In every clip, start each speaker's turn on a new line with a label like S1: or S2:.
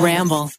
S1: Ramble.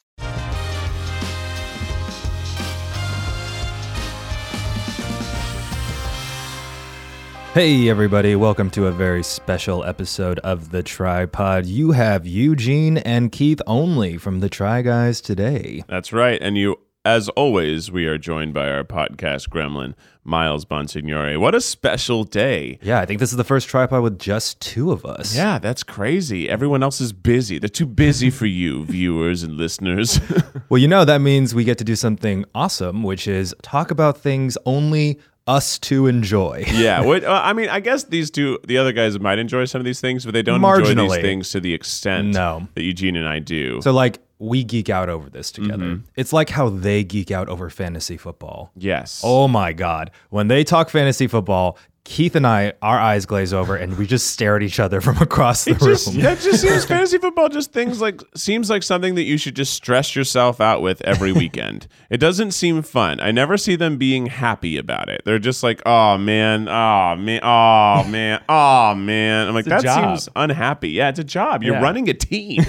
S2: Hey, everybody, welcome to a very special episode of The Tripod. You have Eugene and Keith only from The Try Guys today.
S3: That's right. And you, as always, we are joined by our podcast gremlin, Miles Bonsignore. What a special day.
S2: Yeah, I think this is the first tripod with just two of us.
S3: Yeah, that's crazy. Everyone else is busy. They're too busy for you, viewers and listeners.
S2: Well, you know, that means we get to do something awesome, which is talk about things only us to enjoy.
S3: yeah. What, uh, I mean, I guess these two, the other guys might enjoy some of these things, but they don't enjoy these
S2: Marginally.
S3: things to the extent
S2: No.
S3: that Eugene and I do.
S2: So, like, we geek out over this together.
S3: Mm-hmm.
S2: It's like how they geek out over fantasy football.
S3: yes.
S2: Oh my God. When they talk fantasy football, Keith and I, our eyes glaze over and we just stare at each other from across the room.
S3: just, that just seems fantasy football just things like seems like something that you should just stress yourself out with every weekend. it doesn't seem fun. I never see them being happy about it. They're just like, oh man, oh man, oh man, oh man. I'm like,
S2: It's
S3: that
S2: a job.
S3: seems unhappy. Yeah, it's a job. You're
S2: Yeah.
S3: running a team.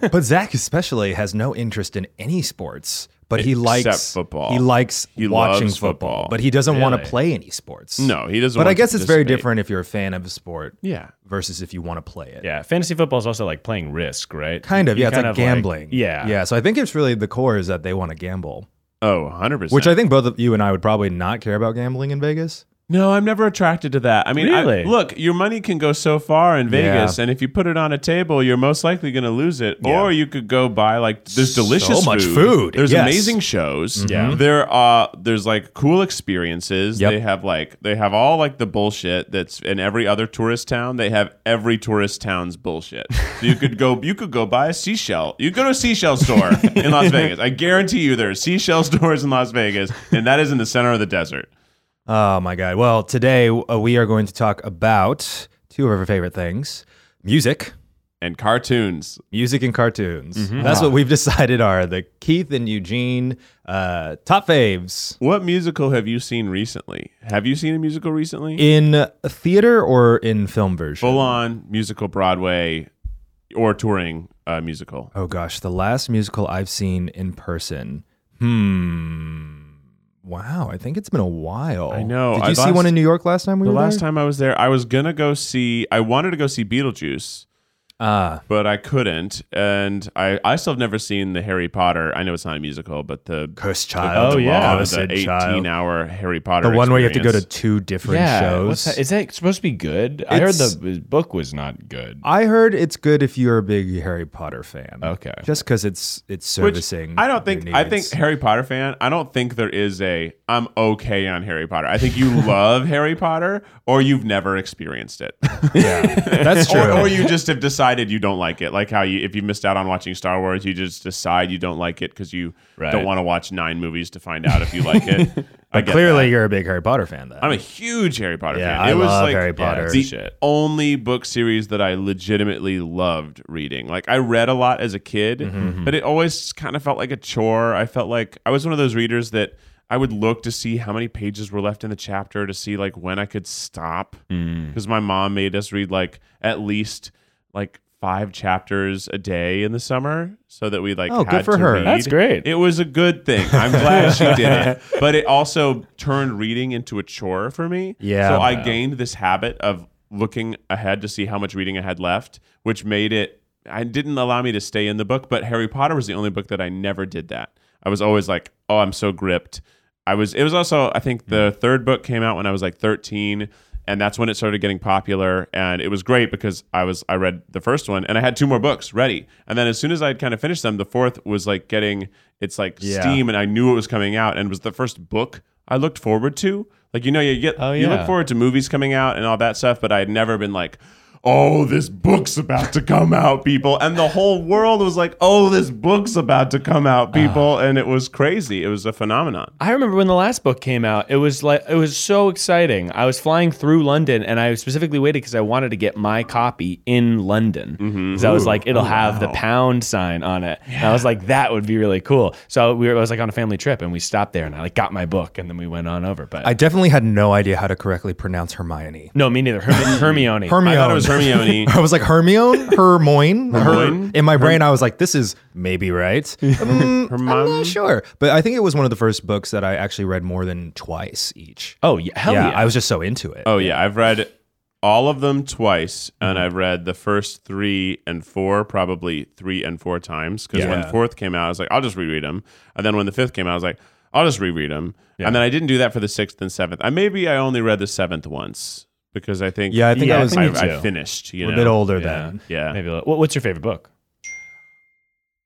S2: But Zach especially has no interest in any sports. But he likes
S3: football.
S2: He likes
S3: He
S2: watching
S3: loves
S2: football,
S3: football.
S2: but he doesn't want to play any sports.
S3: no, he doesn't.
S2: But
S3: want
S2: I
S3: to
S2: guess it's very
S3: participate.
S2: different if you're a fan of a sport
S3: Yeah.
S2: versus if you want to play it.
S4: Yeah, fantasy football is also like playing Risk, right?
S2: Kind of.
S4: You
S2: yeah, it's
S4: kind
S2: like gambling.
S4: yeah,
S2: Yeah. So I think it's really the core is that they want to gamble,
S3: Oh, 100 percent.
S2: which I think both of you and I would probably not care about gambling in Vegas.
S3: No, I'm never attracted to that. I mean, I-
S4: Really?
S3: look, your money can go so far in Vegas, and if you put it on a table, you're most likely going to lose it. Or you could go buy like there's delicious
S2: much
S3: food.
S2: food,
S3: There's
S2: yes. Mm-hmm.
S3: amazing shows.
S4: Yeah.
S3: there are. There's like cool experiences.
S2: Yep.
S3: They have like they have all like the bullshit that's in every other tourist town. They have every tourist town's bullshit. So you could go. You could go buy a seashell. You go to a seashell store in Las Vegas. I guarantee you there are seashell stores in Las Vegas, and that is in the center of the desert.
S2: Oh my God. Well, today uh, we are going to talk about two of our favorite things music.
S3: And cartoons.
S2: music and cartoons.
S3: Mm-hmm.
S2: That's what we've decided are the Keith and Eugene uh, top faves
S3: What musical have you seen recently? Have you seen a musical recently?
S2: in theater or in film version.
S3: Full on musical Broadway or touring uh, musical.
S2: Oh gosh, the last musical I've seen in person. Hmm. Wow, I think it's been a while.
S3: I know.
S2: Did
S3: I
S2: you see
S3: last-
S2: one in New York last time we
S3: The
S2: were
S3: last
S2: there?
S3: time I was there, I was gonna go see. I wanted to go see Beetlejuice,
S2: Ah,
S3: but I couldn't, and I I still have never seen the Harry Potter. I know it's not a musical, but the
S2: Cursed
S3: the-
S2: Child.
S3: the
S4: Oh, yeah.
S3: long- the
S2: Cursed Child.
S3: eighteen hour Harry Potter,
S2: the one where you have to go to
S3: experience.
S2: two different
S4: What's
S2: shows.
S4: that? Is that supposed to be good? I heard
S2: It's- Oh,
S4: the book was not good.
S2: I heard it's good if you're a big Harry Potter fan.
S4: Okay.
S2: Just because it's it's
S3: Which
S2: servicing.
S3: I don't
S2: your
S3: think I think
S2: needs.
S3: Harry Potter fan. I don't think there is a I'm okay on Harry Potter. I think you love Harry Potter or you've never experienced it.
S2: yeah, that's
S4: Oh,
S2: true.
S3: or, or you just have decided you don't like it. Like how you if you missed out on watching Star Wars, you just decide you don't like it because you
S4: Right.
S3: don't want to watch nine movies to find out if you like it. I get
S2: Clearly,
S3: that.
S2: you're a big Harry Potter fan, though.
S3: I'm a huge Harry Potter
S2: yeah,
S3: fan.
S2: I love Harry Potter.
S4: it's
S3: the
S4: Shit.
S3: only book series that I legitimately loved reading. Like I read a lot as a kid,
S2: Mm-hmm,
S3: but it always kind of felt like a chore. I felt like I was one of those readers that I would look to see how many pages were left in the chapter to see like when I could stop
S2: Mm.
S3: because my mom made us read like at least like five chapters a day in the summer so that we like
S2: Oh, good
S3: had
S2: for
S3: to
S2: her.
S3: read.
S4: That's great.
S3: It was a good thing. I'm glad she did it. But it also turned reading into a chore for me.
S2: Yeah.
S3: So I gained this habit of looking ahead to see how much reading I had left, which made it I didn't allow me to stay in the book, but Harry Potter was the only book that I never did that. I was always like, "Oh, I'm so gripped." I was it was also I think
S2: Mm.
S3: the third book came out when I was like 13 and that's when it started getting popular and it was great because I was I read the first one and I had two more books ready. And then as soon as I had kind of finished them, the fourth was like getting it's like
S2: Yeah.
S3: steam and I knew it was coming out and it was the first book I looked forward to. Like you know you get
S4: Oh,
S3: you look
S4: yeah.
S3: forward to movies coming out and all that stuff, but I had never been like, oh, this book's about to come out, people. And the whole world was like, oh, this book's about to come out,
S4: Ah.
S3: people. And it was crazy. It was a phenomenon.
S4: I remember when the last book came out. It was like it was so exciting. I was flying through London, and I specifically waited because I wanted to get my copy in London. Because
S2: Mm-hmm.
S4: I was like, it'll have the pound sign on it. And I was like, that would be really cool. So we were, I was like on a family trip, and we stopped there, and I like got my book, and then we went on over. But
S2: I definitely had no idea how to correctly pronounce Hermione.
S4: no, me neither. Herm- Hermione.
S2: Hermione.
S3: I thought it was Hermione.
S2: I was like Hermione, Hermione. Her-
S3: Hermione?
S2: in my brain, I was like, "This is maybe right." Mm, I'm
S3: Hermione?
S2: not sure, but I think it was one of the first books that I actually read more than twice each.
S4: Oh yeah, hell yeah.
S2: I was just so into it.
S3: oh yeah, I've read all of them twice, and I've read the first three and four probably three and four times because when
S2: Yeah.
S3: fourth came out, I was like, I'll just reread them, and then when the fifth came out, I was like, I'll just reread them, and then I didn't do that for the sixth and seventh. I maybe I only read the seventh once because I think
S2: yeah, I think
S4: Yeah,
S2: I
S4: I
S2: was
S4: think
S3: I,
S4: me
S3: I
S4: too.
S3: finished. You
S2: a
S3: know,
S2: bit older
S4: Yeah.
S2: then.
S3: Yeah.
S4: Maybe. a little- What, what's your favorite book?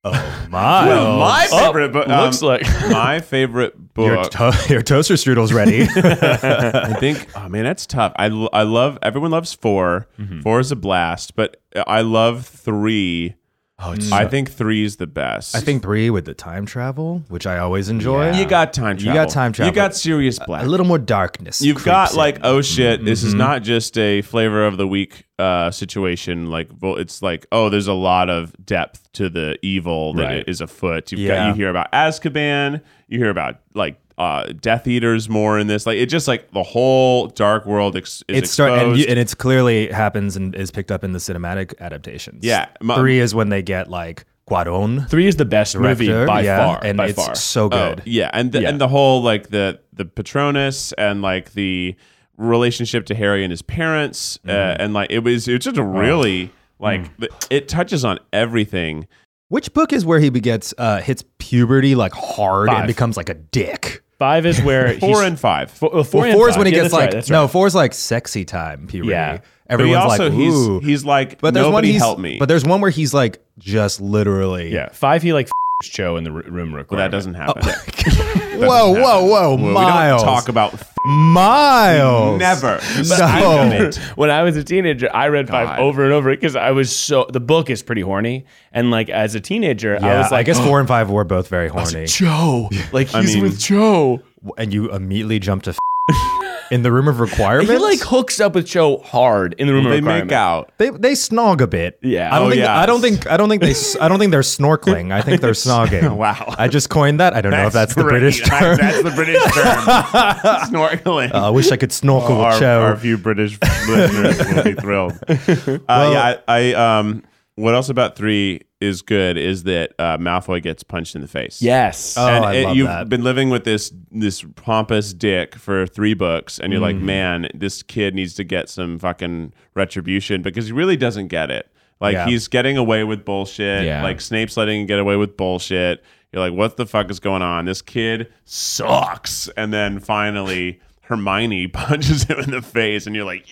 S2: Oh my!
S3: Well, Uh, my
S4: Oh,
S3: favorite book um,
S4: looks like-
S3: my favorite book.
S2: your, to- your toaster strudel's ready.
S3: I think, oh man, that's tough. I, l- I love, everyone loves 4 Four is a blast, but I love three.
S4: Oh, it's
S3: I think three is the best.
S2: I think three with the time travel, which I always enjoy.
S3: you got time
S2: You
S3: travel.
S2: got time travel.
S3: You got serious black.
S2: a little more darkness.
S3: You've got
S2: creeps in. Mm-hmm.
S3: like, oh shit, this is not just a flavor of the week uh, situation. Like, well, it's like, oh, there's a lot of depth to the evil that
S4: Right.
S3: is afoot. You've got,
S2: Yeah.
S3: you hear about Azkaban, you hear about like uh, Death Eaters more in this. Like, it just like the whole dark world ex- is
S2: it's start and,
S3: exposed.
S2: you, and it's clearly happens and is picked up in the cinematic adaptations.
S3: Yeah, um, my-
S2: three is when they get like Cuaron
S4: Three is the best movie
S2: director,
S4: by
S2: yeah,
S4: far.
S2: and
S4: by
S2: it's
S4: far.
S2: so
S3: Oh,
S2: good.
S3: yeah, and the,
S4: Yeah.
S3: and the whole like the the Patronus and like the relationship to Harry and his parents, uh,
S2: Mm-hmm.
S3: and like it was it's just a
S2: Mm.
S3: really like th- it touches on everything.
S2: Which book is where he begets uh, hits puberty like hard and
S4: Five.
S2: becomes like a dick?
S4: Five is where
S3: Four
S4: he's-
S3: and five.
S4: four, well, four
S2: Well,
S4: and
S2: four is
S4: five.
S2: when he
S4: Yeah,
S2: gets
S4: that's right,
S2: like
S4: that's
S2: no,
S4: right.
S2: four is like sexy time puberty.
S4: Yeah.
S3: but he
S2: everyone's
S3: also
S2: like ooh.
S3: he's he's like
S2: but there's one
S3: nobody
S2: he's,
S3: help me.
S2: But there's one where he's like just literally.
S4: Yeah, five. He like f- Cho in the r- room real
S3: Well,
S4: quick.
S3: that doesn't happen.
S2: Whoa, whoa, whoa,
S3: We
S2: Oh, miles.
S3: don't talk about f-
S2: miles.
S3: never.
S2: So-
S3: But I've done it.
S4: when I was a teenager, I read
S3: God.
S4: five over and over because I was so the book is pretty horny, and like as a teenager,
S2: Yeah,
S4: I was like,
S2: I guess four and five were both very horny.
S4: Joe, like he's
S3: I mean-
S4: with Joe.
S2: and you immediately jump to f- in the room of requirements.
S4: He like hooks up with Joe hard in the room. of
S3: They
S4: requirement.
S3: make out.
S2: they they snog a bit.
S4: Yeah.
S2: I don't
S4: Oh,
S2: think
S3: yeah.
S2: I don't think I don't think they s- I don't think they're snorkeling. I think they're snogging.
S3: Wow.
S2: I just coined that. I don't know if that's the
S3: great.
S2: British term.
S3: that's the British term. Snorkeling.
S2: I wish I could snorkel with
S3: our,
S2: Cho.
S3: our few British listeners will be thrilled. Uh, yeah, I, I um, what else about three is good is that uh, Malfoy gets punched in the face.
S4: Yes.
S2: Oh,
S3: and
S2: I
S3: it-
S2: love
S3: you've
S2: that.
S3: been living with this this pompous dick for three books, and you're like,
S2: Mm.
S3: man, this kid needs to get some fucking retribution because he really doesn't get it. Like
S2: Yeah.
S3: he's getting away with bullshit.
S4: Yeah.
S3: Like Snape's letting him get away with bullshit. You're like, what the fuck is going on? This kid sucks. And then finally, Hermione punches him in the face, and you're like,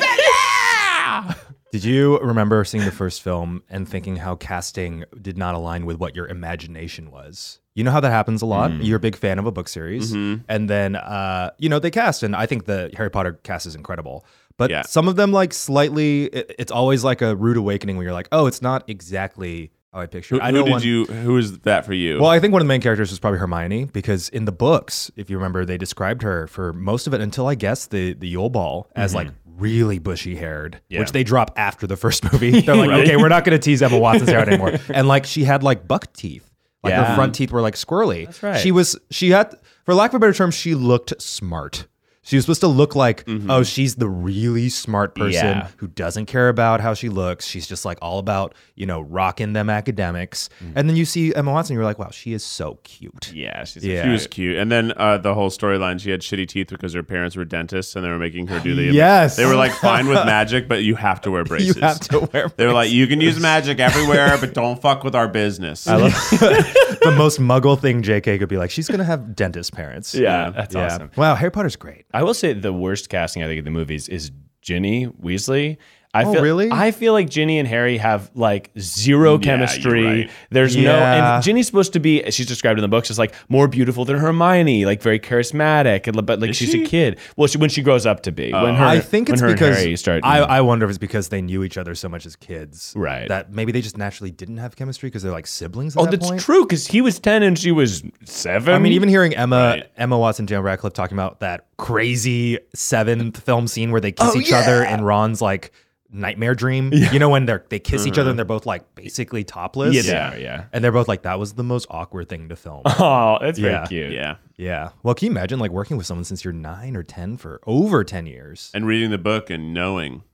S3: yeah,
S2: Did you remember seeing the first film and thinking how casting did not align with what your imagination was? You know how that happens a lot.
S3: Mm.
S2: You're a big fan of a book series,
S3: Mm-hmm.
S2: and then uh, you know they cast, and I think the Harry Potter cast is incredible. But
S3: Yeah.
S2: some of them, like slightly, it, it's always like a rude awakening where you're like, oh, it's not exactly how I pictured. it.
S3: Who,
S2: I
S3: who
S2: know
S3: did
S2: one,
S3: you? Who is that for you?
S2: Well, I think one of the main characters was probably Hermione because in the books, if you remember, they described her for most of it until I guess the the Yule Ball as like
S4: Mm-hmm.
S2: really bushy haired, which they drop after the first movie. They're like, okay, we're not going to tease Emma Watson's hair anymore, and like she had like buck teeth. Like her
S4: Yeah.
S2: front teeth were like squirrely. That's
S4: right.
S2: She was she had for lack of a better term, she looked smart. She was supposed to look like, oh, she's the really smart person
S4: Mm-hmm. Yeah.
S2: who doesn't care about how she looks. She's just like all about, you know, rocking them academics. And then you see Emma Watson, you're like, wow, she is so cute.
S4: Mm-hmm. yeah. She's
S2: Yeah.
S3: She was cute. And then uh, the whole storyline, she had shitty teeth because her parents were dentists and they were making her do the.
S2: Yes.
S3: They were like fine with magic, but you have to wear
S2: You
S3: braces.
S2: have to wear
S3: They were like, you can use magic everywhere, but don't fuck with our business. I love
S2: the most muggle thing JK could be like, she's going to have dentist parents.
S4: Yeah, that's
S2: Yeah.
S4: awesome.
S2: Wow, Harry Potter's great.
S4: I will say the worst casting I think of the movies is Ginny Weasley. I
S2: Oh,
S4: feel,
S2: really?
S4: I feel like Ginny and Harry have like zero chemistry.
S3: you're right.
S4: There's no,
S2: Yeah.
S4: and Ginny's supposed to be, she's described in the books as like more beautiful than Hermione, like very charismatic, and but like she's
S3: she?
S4: a kid. Well, she, when she grows up to be, when her,
S2: I think
S4: when
S2: it's
S4: her and
S2: because
S4: Harry start,
S2: I, I wonder if it's because they knew each other so much as kids,
S4: Right.
S2: That maybe they just naturally didn't have chemistry because they're like siblings. At
S4: oh,
S2: that
S4: that's
S2: point.
S4: true because he was ten and she was seven.
S2: I mean, even hearing Emma
S3: Right.
S2: Emma Watson, Daniel Radcliffe talking about that crazy seventh film scene where they kiss
S3: Oh,
S2: each other in Ron's like nightmare dream. You know when they're they kiss each other and they're both like basically topless.
S4: yeah, they are, yeah.
S2: And they're both like, that was the most awkward thing to film.
S4: Oh, that's very
S2: Yeah.
S4: cute.
S3: Yeah.
S2: yeah. Well, can you imagine like working with someone since you're nine or ten for over ten years?
S3: And reading the book and knowing.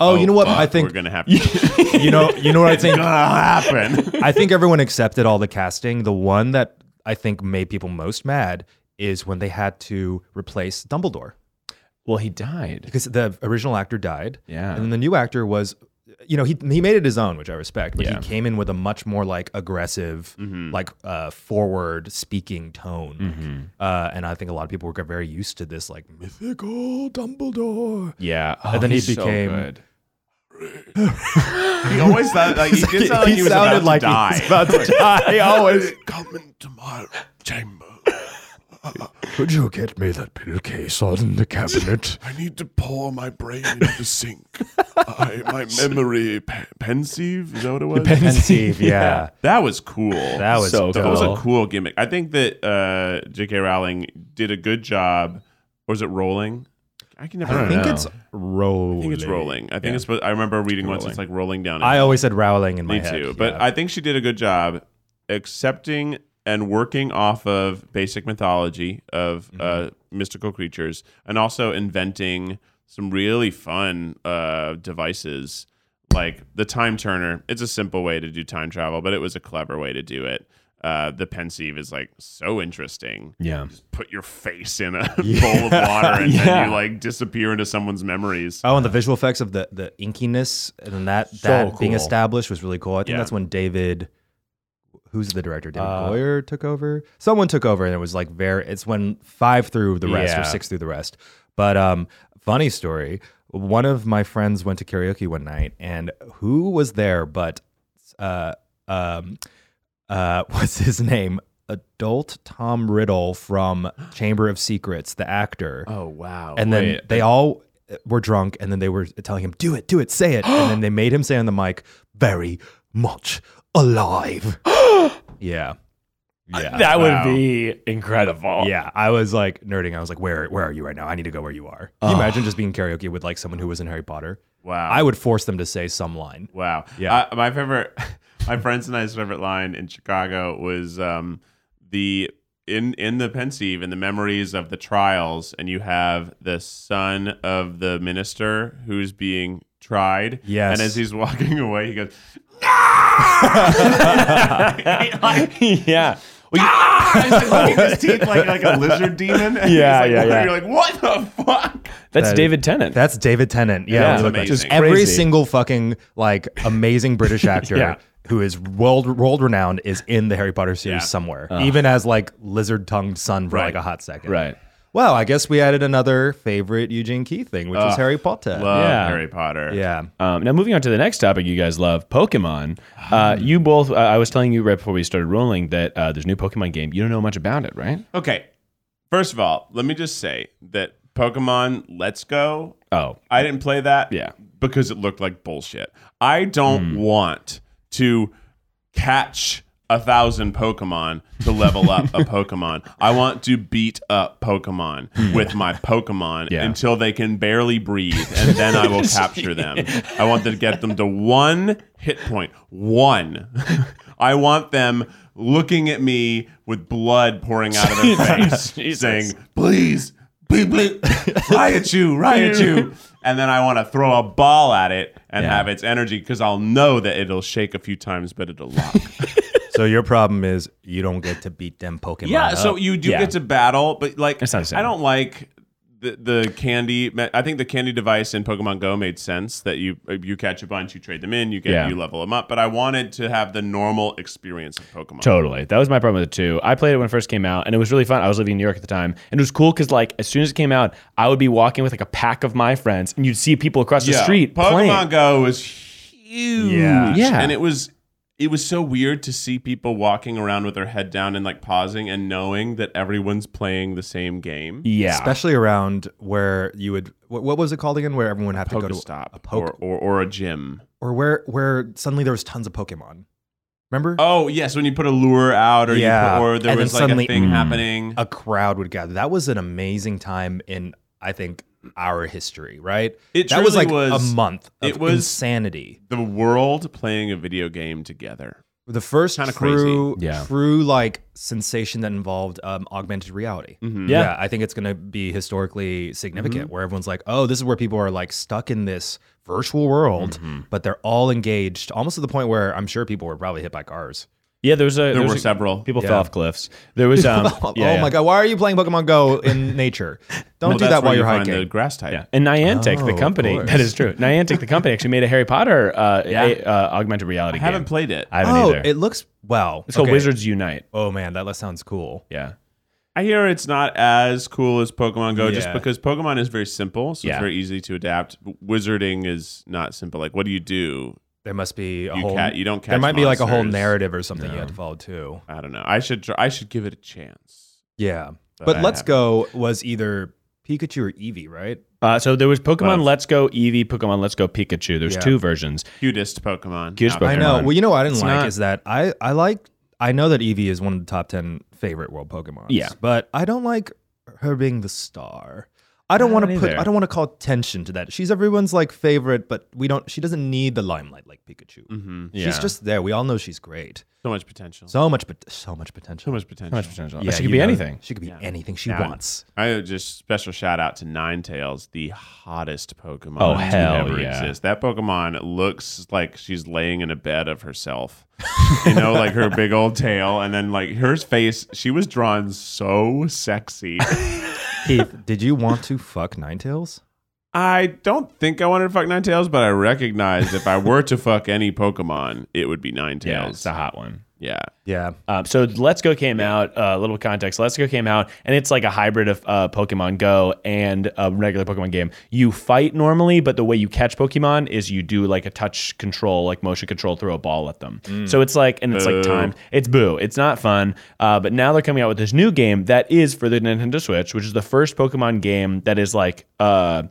S2: Oh, you know what?
S3: fuck,
S2: I think
S3: we're gonna have to.
S2: you know you know what I think.
S3: gonna happen.
S2: I think everyone accepted all the casting. The one that I think made people most mad is when they had to replace Dumbledore
S4: Well, he died.
S2: because the original actor died.
S4: Yeah.
S2: And then the new actor was, you know, he he made it his own, which I respect, but
S4: Yeah.
S2: he came in with a much more like aggressive, like uh, forward speaking tone. Uh, and I think a lot of people were very used to this like mythical Dumbledore.
S4: Yeah, Oh,
S2: And then he became-
S3: He always sounded like he, did sound like he, was about to die.
S2: about to die. Always.
S3: Come into my chamber.
S2: Could you get me that pillowcase on the cabinet?
S3: I need to pour my brain into the sink. I, my memory pe- pensive. Is that what it was?
S2: Pensive, yeah.
S3: that was cool.
S2: That was
S4: So
S2: dope.
S3: That was
S4: Cool.
S3: a cool gimmick. I think that uh, J.K. Rowling did a good job. Or is it rolling? I can never.
S2: I
S4: don't
S2: think
S4: know.
S2: it's rolling.
S3: I think it's rolling. I think it's. I remember reading once. It's like rolling down. a
S2: I always said Rowling in my
S3: Me
S2: head.
S3: too. But
S2: yeah.
S3: I think she did a good job accepting and working off of basic mythology of uh,
S2: Mm-hmm.
S3: mystical creatures and also inventing some really fun uh, devices like the time turner. It's a simple way to do time travel, but it was a clever way to do it. Uh, the pensieve is like so interesting.
S4: Yeah.
S3: Just put your face in a bowl of water and
S4: Yeah.
S3: then you like disappear into someone's memories.
S2: Oh, and the visual effects of the the inkiness and then that that being
S4: cool.
S2: established was really cool. I think
S3: Yeah.
S2: that's when David, who's the director, David
S4: Uh,
S2: Goyer took over. Someone took over, and it was like very. It's when five through the rest
S4: Yeah.
S2: or six through the rest. But um, funny story. One of my friends went to karaoke one night, and who was there but uh um uh what's his name? Adult Tom Riddle from Chamber of Secrets, the actor.
S3: Oh, wow.
S2: And then they all uh, were drunk, and then they were telling him, "Do it, do it, say it." and then they made him say on the mic, "Very much alive." yeah,
S3: Uh,
S2: yeah,
S4: That would
S3: Wow.
S4: be incredible.
S2: yeah. I was like nerding. I was like, "Where, where are you right now? I need to go where you are." Can you imagine just being karaoke with like someone who was in Harry Potter?
S3: wow.
S2: I would force them to say some line.
S3: Wow.
S2: Yeah.
S3: Uh, my favorite, my friends and I's favorite line in Chicago was um, the in in the pensieve in the memories of the trials, and you have the son of the minister who's being tried.
S2: Yes.
S3: And as he's walking away, he goes,
S4: yeah. Well, you-
S3: "Ah!" He's like looking at his teeth like like a lizard demon. And
S4: Yeah,
S3: he's
S4: yeah,
S3: like,
S4: yeah.
S3: You're like, what the fuck?
S4: that's
S2: That-
S4: David Tennant.
S2: That's David Tennant. Yeah,
S4: Yeah.
S2: it looked like-
S3: Amazing. Just
S2: every
S4: crazy.
S2: single fucking like amazing British actor
S4: Yeah.
S2: who is world world renowned is in the Harry Potter series
S3: Yeah.
S2: somewhere, even as like lizard tongued son for
S3: Right.
S2: like a hot second.
S4: Right.
S2: Well, I guess we added another favorite Eugene Key thing, which was Harry Potter.
S3: Love
S4: Yeah.
S3: Harry Potter.
S2: yeah.
S4: Um, now moving on to the next topic, you guys love Pokemon. Uh, you both, uh, I was telling you right before we started rolling that uh, there's a new Pokemon game. You don't know much about it, right?
S3: Okay. First of all, let me just say that Pokemon Let's Go
S4: Oh,
S3: I didn't play that.
S4: Yeah.
S3: Because it looked like bullshit. I don't want to catch a thousand Pokemon to level up a Pokemon. I want to beat up Pokemon with my Pokemon
S4: Yeah.
S3: until they can barely breathe, and then I will capture them. I want to get them to one hit point. One. I want them looking at me with blood pouring out of their face, saying, please, bleep, bleep, riot you, riot you. And then I want to throw a ball at it and
S4: Yeah.
S3: have its energy because I'll know that it'll shake a few times, but it'll lock.
S2: So your problem is you don't get to beat them Pokemon.
S3: yeah,
S2: up.
S3: so you do
S4: Yeah.
S3: get to battle, but like,
S4: That's not the same.
S3: I don't like. The, the candy I think the candy device in Pokemon Go made sense that you you catch a bunch you trade them in you get
S4: Yeah.
S3: you level them up but I wanted to have the normal experience of Pokemon
S4: Totally. That was my problem with it too. I played it when it first came out and it was really fun. I was living in New York at the time and it was cool because like as soon as it came out, I would be walking with like a pack of my friends and you'd see people across the
S3: Yeah,
S4: street
S3: Pokemon
S4: playing.
S3: Go was huge.
S2: Yeah.
S4: Yeah.
S3: And it was it was so weird to see people walking around with their head down and like pausing and knowing that everyone's playing the same game.
S4: Yeah.
S2: especially around where you would what, what was it called again? Where everyone had to go to
S3: Stop.
S2: a poke
S3: or, or or a gym.
S2: or where where suddenly there was tons of Pokemon. Remember?
S3: Oh yes, when you put a lure out or
S2: Yeah.
S3: you put, or there
S2: And then
S3: was like
S2: suddenly-
S3: a thing
S4: Mm.
S3: happening.
S2: a crowd would gather. That was an amazing time in, I think, our history, right?
S3: It
S2: that was like
S3: truly was-
S2: a month of
S3: it was-
S2: insanity.
S3: the world playing a video game together.
S2: the first
S3: Kinda
S2: true,
S4: Yeah.
S2: true like sensation that involved um, augmented reality.
S3: Mm-hmm.
S4: Yeah.
S2: I think it's going to be historically significant, where everyone's like, "Oh, this is where people are like stuck in this virtual world,
S3: Mm-hmm.
S2: but they're all engaged, almost to the point where I'm sure people were probably hit by cars."
S4: Yeah, there was a
S3: There
S4: was
S3: were
S4: a-
S3: several.
S4: people fell off cliffs. There was um
S2: oh
S4: yeah, yeah.
S2: my god, why are you playing Pokemon Go in nature? Don't do
S3: that's
S2: that
S3: where
S2: while
S3: you
S2: you're
S3: find
S2: hiking.
S3: The grass type.
S4: Yeah, and Niantic,
S2: Oh,
S4: the
S2: of
S4: company,
S2: course.
S4: that is true. Niantic, the company, actually made a Harry Potter uh, a, uh, augmented
S3: I
S4: reality
S3: haven't
S4: game.
S3: played it.
S4: I haven't
S2: oh,
S4: either.
S2: it looks wow.
S4: it's called Wizards Unite.
S2: Oh man, that that sounds cool.
S4: Yeah,
S3: I hear it's not as cool as Pokemon Go just
S2: Yeah.
S3: because Pokemon is very simple, so
S4: Yeah.
S3: it's very easy to adapt. Wizarding is not simple. Like, what do you do?
S2: There must be a
S3: You
S2: whole.
S3: cat- you don't
S2: there
S3: catch
S2: might be like a whole
S3: monsters.
S2: narrative or something you have to follow too.
S3: I don't know. I should try, I should give it a chance.
S2: Yeah, but,
S3: I
S2: Let's
S3: haven't.
S2: Go was either Pikachu or Eevee, right?
S4: Uh, so there was Pokemon
S3: Both.
S4: Let's Go Eevee, Pokemon Let's Go Pikachu. There's
S2: Yeah.
S4: two versions.
S3: Cutest Pokemon.
S4: Cutest
S3: out there.
S2: I
S4: Pokemon.
S2: know. Well, you know what I didn't
S4: It's
S2: like
S4: not-
S2: is that I I like I know that Eevee is one of the top ten favorite world Pokemon.
S4: Yeah.
S2: but I don't like her being the star. I don't
S4: I
S2: want
S4: don't
S2: to put.
S4: either.
S2: I don't want to call attention to that. She's everyone's like favorite, but we don't. She doesn't need the limelight like Pikachu.
S3: Mhm.
S4: Mm-hmm. Yeah.
S2: She's Mm-hmm. just there. We all know she's great.
S3: So much potential. So,
S2: So much, but so much potential.
S3: much potential.
S4: potential.
S2: Yeah,
S4: she
S2: you
S4: could be
S2: know,
S4: anything.
S2: She could be
S3: Yeah.
S2: anything she
S3: Yeah.
S2: wants.
S3: I just special shout out to Ninetales, the hottest Pokemon
S4: Oh,
S3: to
S4: hell
S3: ever
S4: yeah.
S3: exist. That Pokemon looks like she's laying in a bed of herself. you know, like her big old tail and then like her face, she was drawn so sexy.
S2: Keith, did you want to fuck Ninetales?
S3: I don't think I wanted to fuck Ninetales, but I recognized if I were to fuck any Pokemon, it would be
S4: Yeah,
S3: Ninetales.
S4: it's a hot one.
S3: Yeah.
S2: Yeah.
S4: Um, so Let's Go came out. uh, A little context: Let's Go came out, and it's like a hybrid of uh, Pokemon Go and a regular Pokemon game. You fight normally, but the way you catch Pokemon is you do like a touch control, like motion control, throw a ball at them.
S3: Mm.
S4: So it's like, and it's like time. It's boo. It's not fun. Uh, but now they're coming out with this new game that is for the Nintendo Switch, which is the first Pokemon game that is like. Uh,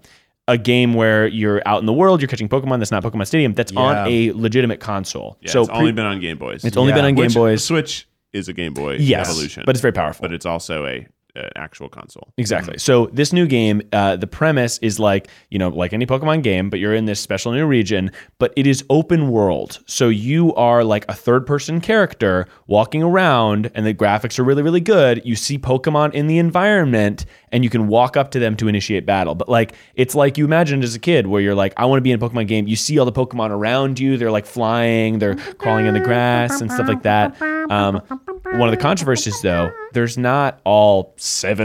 S4: a game where you're out in the world, you're catching Pokemon. That's not Pokemon Stadium. That's on a legitimate console.
S3: Yeah,
S4: so
S3: it's
S4: pre-
S3: only been on Game Boys.
S4: it's only been on Game
S3: Which
S4: Boys.
S3: Switch is a Game Boy evolution,
S4: but it's very powerful.
S3: but it's also a an actual console.
S4: Exactly. So this new game, uh, the premise is like you know, like any Pokemon game, but you're in this special new region. But it is open world, so you are like a third-person character walking around, and the graphics are really, really good. You see Pokemon in the environment, and you can walk up to them to initiate battle. But like, it's like you imagined as a kid, where you're like, I want to be in a Pokemon game. You see all the Pokemon around you; they're like flying, they're crawling in the grass, and stuff like that. Um, one of the controversies, though, there's not all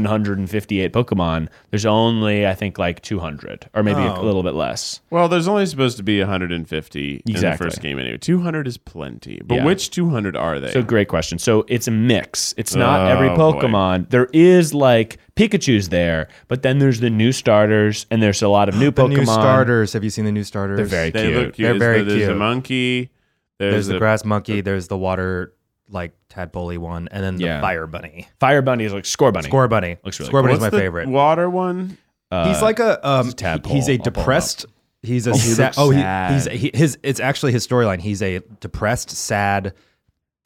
S4: 758 Pokemon. There's only, I think, like 200 or maybe
S2: Oh.
S4: a little bit less.
S3: Well, there's only supposed to be 150 in the
S4: Exactly.
S3: first game anyway. 200 is plenty, but
S4: Yeah.
S3: which 200 are they?
S4: So, great question. So, it's a mix. It's not every
S3: Oh, boy.
S4: Pokemon. There is like Pikachu's there, but then there's the new starters, and there's a lot of new
S2: The
S4: Pokemon.
S2: new starters. Have you seen the new starters?
S4: They're very
S3: they
S4: cute.
S3: look cute.
S2: They're very
S3: there's a
S2: cute.
S3: monkey. There's,
S2: There's the
S3: a-
S2: grass monkey. There's the water like tadpole one, and then the
S4: Yeah.
S2: fire bunny,
S4: Fire Bunny is like Score Bunny.
S2: score bunny.
S4: Looks really
S2: score
S4: cool.
S2: bunny's
S3: What's
S2: my
S3: the
S2: favorite.
S3: Water one.
S4: uh,
S2: he's like a um. he-
S4: tadpole.
S2: He's
S4: I'll
S2: a
S4: pull it up.
S2: depressed. He's a
S3: he
S2: sa-
S3: looks
S2: oh he, he's
S3: sad.
S2: he, his it's actually his storyline. He's a depressed, sad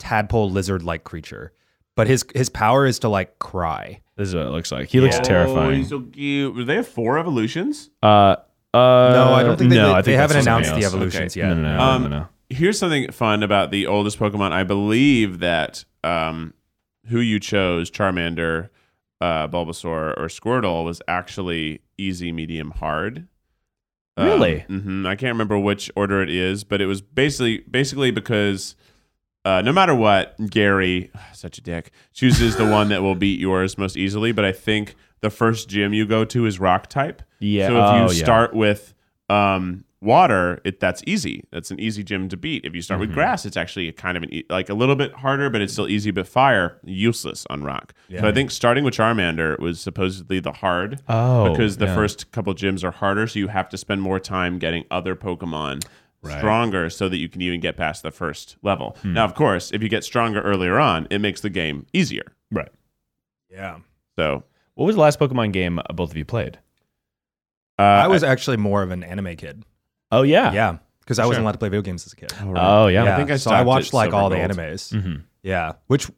S2: tadpole lizard like creature, but his his power is to like cry.
S4: This is what it looks like. He looks
S3: Oh,
S4: terrifying.
S3: he's so cute. Do they have four evolutions?
S4: uh, uh,
S2: No, I don't think they,
S4: no,
S2: they,
S4: I
S2: they
S4: think that's
S2: haven't
S4: something
S2: announced
S4: else.
S2: the evolutions
S3: Okay.
S2: yet.
S4: No, no, no,
S3: Um,
S4: no, no.
S3: Here's something fun about the oldest Pokemon. I believe that um, who you chose, Charmander, uh, Bulbasaur, or Squirtle, was actually easy, medium, hard.
S4: Really?
S3: hmm I can't remember which order it is, but it was basically basically because uh, no matter what, Gary, such a dick, chooses the one that will beat yours most easily. But I think the first gym you go to is rock type.
S4: Yeah.
S3: So if
S4: Oh,
S3: you
S4: yeah.
S3: start with um, water, it that's easy. That's an easy gym to beat. If you
S4: Mm-hmm.
S3: start with grass, it's actually a kind of an e- like a little bit harder, but it's still easy. But fire, useless on rock. So I think starting with Charmander was supposedly the hard.
S4: Oh,
S3: because the
S4: yeah.
S3: first couple gyms are harder, so you have to spend more time getting other Pokemon. Stronger so that you can even get past the first level.
S4: Hmm.
S3: Now, of course, if you get stronger earlier on, it makes the game easier.
S4: Right.
S2: Yeah,
S3: So
S4: What was the last Pokemon game uh, both of you played?
S3: uh,
S2: I was actually more of an anime kid.
S4: Oh yeah.
S2: Yeah, because I wasn't allowed to play video games as a kid.
S4: Oh yeah. Mm-hmm.
S2: Yeah,
S3: I think I
S2: so I
S3: stopped
S2: watched
S3: at
S2: like all the
S3: Silver Gold.
S2: animes.
S4: Mhm.
S2: Yeah, which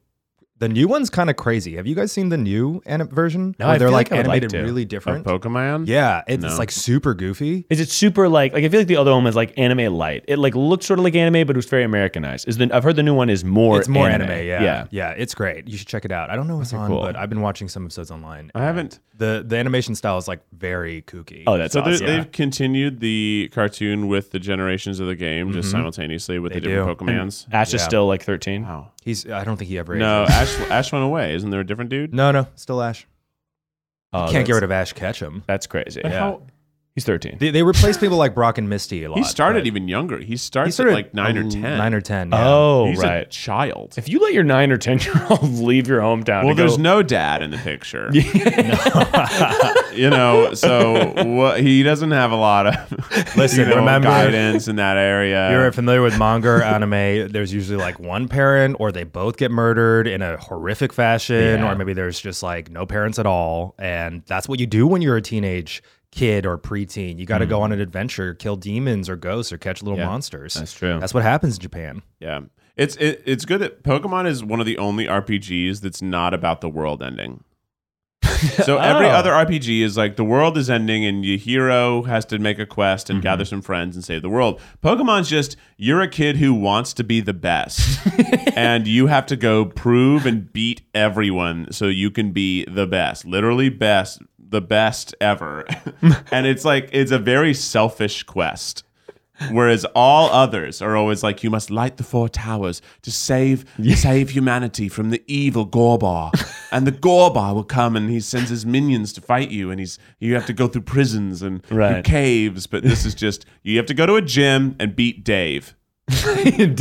S2: The new one's kind of crazy. Have you guys seen the new anim- version?
S4: No,
S2: Where
S4: I
S2: they're
S4: feel
S2: like,
S4: like I would like
S2: animated
S4: to.
S2: really
S3: Of
S2: different.
S3: Pokemon?
S2: yeah, it's
S3: No.
S2: like super goofy.
S4: Is it super like like I feel like the other one was like anime light. It like looked sort of like anime, but it was very Americanized. Is the I've heard the new one is more
S2: It's more
S4: anime.
S2: anime. yeah. yeah, It's great. You should check it out. I don't know what's on,
S4: cool.
S2: but I've been watching some episodes online.
S3: I haven't.
S2: the The animation style is like very kooky.
S4: Oh, that's
S3: So they're-
S4: awesome. Yeah.
S3: they've continued the cartoon with the generations of the game just simultaneously with the
S2: They
S3: different Pokemons.
S4: Ash is
S2: Yeah.
S4: still like thirteen.
S3: Wow.
S2: he's. I don't think he ever.
S3: No,
S2: ages.
S3: Ash Ash went away. Isn't there a different dude?
S2: no, no. Still Ash.
S4: Oh,
S2: Can't get
S4: that's-
S2: rid of Ash Ketchum.
S4: That's crazy.
S3: But
S4: Yeah.
S3: how-
S4: He's thirteen.
S2: They, they replace people like Brock and Misty a lot.
S3: he started
S2: but-
S3: even younger. He starts
S2: He started
S3: at like nine or
S2: a-
S3: ten.
S2: Nine or ten. yeah.
S4: oh
S3: He's a
S4: right.
S3: child.
S4: if you let your nine or ten year old leave your hometown,
S3: Well,
S4: to go-
S3: there's no dad in the picture. you know, so what, he doesn't have a lot of
S2: Listen,
S3: you know,
S2: remember-
S3: guidance in that area.
S2: You're familiar with manga or anime. There's usually like one parent, or they both get murdered in a horrific fashion,
S4: Yeah.
S2: or maybe there's just like no parents at all. And that's what you do when you're a teenage kid or preteen. You got to go on an adventure, kill demons or ghosts, or catch little monsters.
S4: That's true.
S2: That's what happens in Japan.
S3: yeah, it's it, it's good that Pokemon is one of the only RPGs that's not about the world ending. So every
S4: Oh.
S3: other RPG is like the world is ending and your hero has to make a quest and gather some friends and save the world. Pokemon's just you're a kid who wants to be the best and you have to go prove and beat everyone so you can be the best. Literally best, the best ever. and it's like it's a very selfish quest. Whereas all others are always like, you must light the four towers to save save humanity from the evil Gorbar, and the Gorbar will come and he sends his minions to fight you, and he's you have to go through prisons and through
S4: Right.
S3: caves. But this is just you have to go to a gym and beat Dave.
S4: Dave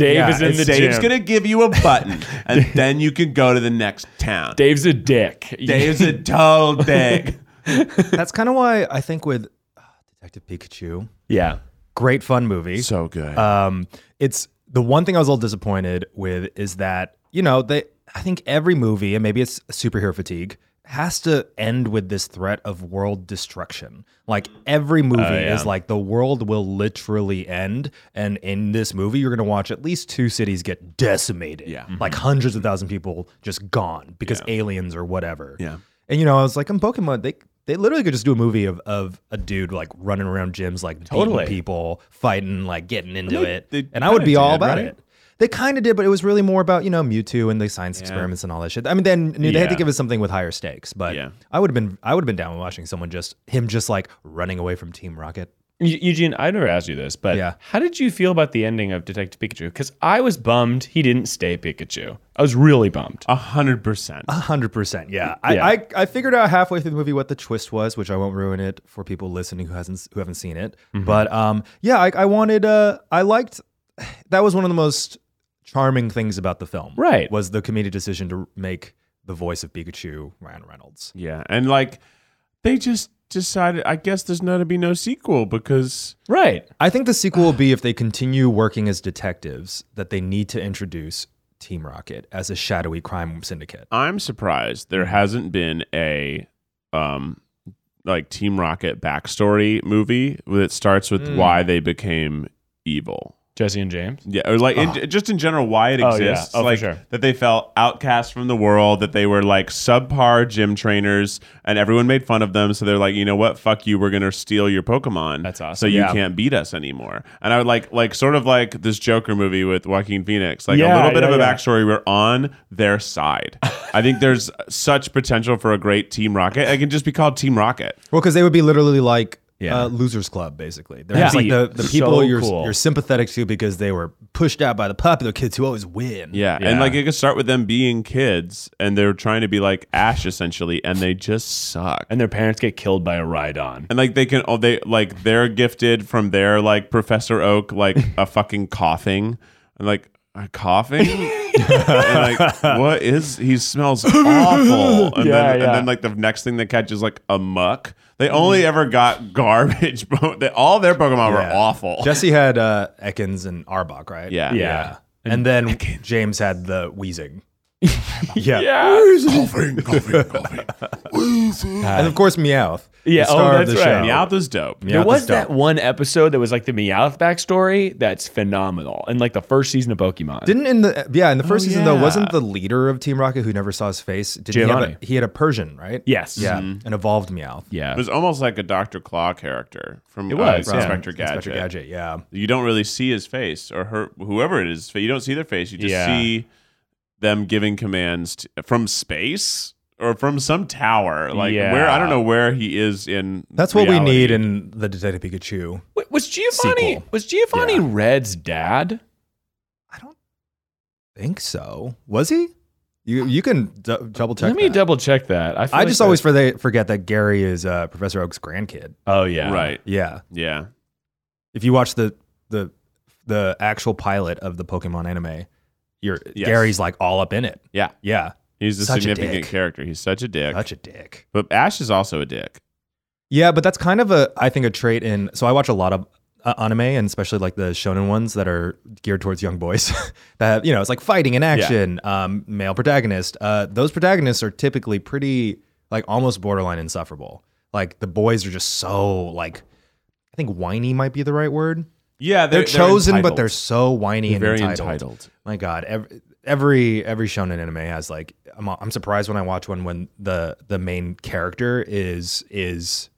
S2: Yeah,
S4: is in
S3: And
S4: the
S3: Dave's
S4: gym.
S3: gonna give you a button, and then you can go to the next town.
S4: Dave's a dick.
S3: Dave's a dull dick.
S2: that's kind of why I think with ah, Detective Pikachu,
S4: yeah.
S2: great fun movie.
S3: so good.
S2: Um, it's the one thing I was a little disappointed with is that you know they. I think every movie, and maybe it's superhero fatigue, has to end with this threat of world destruction. Like
S3: Uh,
S2: every movie is like the world will literally end, and in this movie, you're going to watch at least two cities get decimated.
S3: Yeah. Mm-hmm.
S2: like hundreds of thousand people just gone because aliens or whatever.
S3: Yeah.
S2: and you know I was like, in Pokemon, they they literally could just do a movie of of a dude like running around gyms like beating
S4: Totally.
S2: people fighting, like getting into
S3: And they-
S2: it.
S3: they
S2: and I would
S3: kinda
S2: be all
S3: did,
S2: about
S3: right?
S2: it. They kind of did, but it was really more about, you know, Mewtwo and the science experiments and all that shit. I mean, then knew they had to
S3: Yeah.
S2: give us something with higher stakes, but
S3: Yeah.
S2: I would have been I would have been down with watching someone just him just like running away from Team Rocket.
S4: E- Eugene, I never asked you this, but
S2: Yeah.
S4: how did you feel about the ending of Detective Pikachu? Because I was bummed he didn't stay Pikachu. I was really bummed.
S3: A hundred percent.
S2: A hundred percent. Yeah. I,
S4: Yeah.
S2: I I figured out halfway through the movie what the twist was, which I won't ruin it for people listening who hasn't who haven't seen it.
S3: Mm-hmm.
S2: But um yeah, I, I wanted uh I liked that was one of the most charming things about the film.
S4: Right.
S2: Was the comedic decision to make the voice of Pikachu Ryan Reynolds.
S3: Yeah, and like they just decided. I guess there's going to be no sequel because
S4: Right.
S2: I think the sequel will be if they continue working as detectives that they need to introduce Team Rocket as a shadowy crime syndicate.
S3: I'm surprised there hasn't been a um like Team Rocket backstory movie that starts with why they became evil.
S4: Jesse and James.
S3: Yeah, or like in, just in general why it
S4: Ah. Oh, yeah.
S3: exists.
S4: Oh, for
S3: like
S4: sure.
S3: that they felt outcast from the world, that they were like subpar gym trainers, and everyone made fun of them. So they're like, you know what, fuck you, we're gonna steal your Pokemon.
S4: That's
S3: So
S4: awesome.
S3: you
S4: Yeah.
S3: can't beat us anymore. And I would like like sort of like this Joker movie with Joaquin Phoenix, like a
S4: Yeah,
S3: little bit
S4: yeah,
S3: of a
S4: yeah.
S3: backstory. We're on their side. I think there's such potential for a great Team Rocket. It can just be called Team Rocket.
S2: Well, because they would be literally like
S4: Yeah.
S2: uh, losers club, basically. They're
S4: Yeah.
S2: just like the, the
S4: So
S2: people you're
S4: cool.
S2: you're sympathetic to because they were pushed out by the popular kids who always win.
S3: Yeah.
S4: Yeah.
S3: And like it could start with them being kids and they're trying to be like Ash essentially, and they just suck.
S4: And their parents get killed by a Rhydon.
S3: and like they can oh they like they're gifted from their like professor oak like a fucking coughing and like a coughing and like what is he smells awful and,
S4: Yeah,
S3: then,
S4: yeah.
S3: and then like the next thing they catch is like a muck they only ever got garbage po- they, all their pokemon were
S2: Yeah.
S3: awful
S2: Jesse had uh, Ekans and Arbok, right?
S3: yeah
S4: Yeah.
S2: And then James had the wheezing. Yeah.
S4: Yeah.
S2: And of course, Meowth.
S4: Yeah,
S2: the star
S4: oh,
S2: of
S4: that's
S2: the
S4: right.
S2: show.
S3: Meowth is dope.
S2: Meowth
S4: There
S2: is
S4: was
S2: dope.
S4: that one episode that was like the Meowth backstory that's phenomenal. And like the first season of Pokemon.
S2: Didn't in the yeah in the first season though
S3: yeah.
S2: wasn't the leader of Team Rocket who never saw his face? Did he, have
S4: Giovanni.
S2: a, he had a Persian, right?
S4: Yes.
S2: Yeah, an evolved Meowth.
S4: yeah.
S3: It was almost like a Dr. Claw character from it
S4: was,
S3: uh,
S4: yeah.
S3: Inspector, Gadget.
S2: Inspector Gadget. Yeah.
S3: You don't really see his face or her, whoever it is. You don't see their face. You just
S4: Yeah.
S3: see them giving commands t from space or from some tower. Like
S4: Yeah.
S3: where I don't know where he is in.
S2: That's what we
S3: reality.
S2: need in the Detective Pikachu.
S4: Wait, was Giovanni
S2: Sequel.
S4: was Giovanni
S2: Yeah.
S4: Red's dad?
S2: I don't think so. Was he? You you can d- double check.
S4: Let me
S2: that.
S4: double check that. I, feel
S2: I
S4: like
S2: just
S4: that-
S2: always forget, forget that Gary is uh, Professor Oak's grandkid.
S4: Oh yeah.
S3: Right.
S2: Yeah.
S3: Yeah.
S2: If you watch the the the actual pilot of the Pokemon anime, you're
S3: Yes.
S2: Gary's like all up in it.
S3: Yeah.
S2: Yeah.
S3: He's a
S2: Such a
S3: significant
S2: dick.
S3: character. He's such a dick.
S2: Such a dick.
S3: but Ash is also a dick.
S2: Yeah, but that's kind of a I think a trait in. So I watch a lot of uh, anime and especially like the shonen ones that are geared towards young boys. that you know, it's like fighting and action, um, male protagonist. Uh, those protagonists are typically pretty like almost borderline insufferable. Like the boys are just so like I think whiny might be the right word.
S3: Yeah,
S2: They're, chosen, but they're so whiny and
S3: very
S2: entitled.
S3: entitled.
S2: My God, every every every shonen anime has like I'm I'm surprised when I watch one when the the main character is is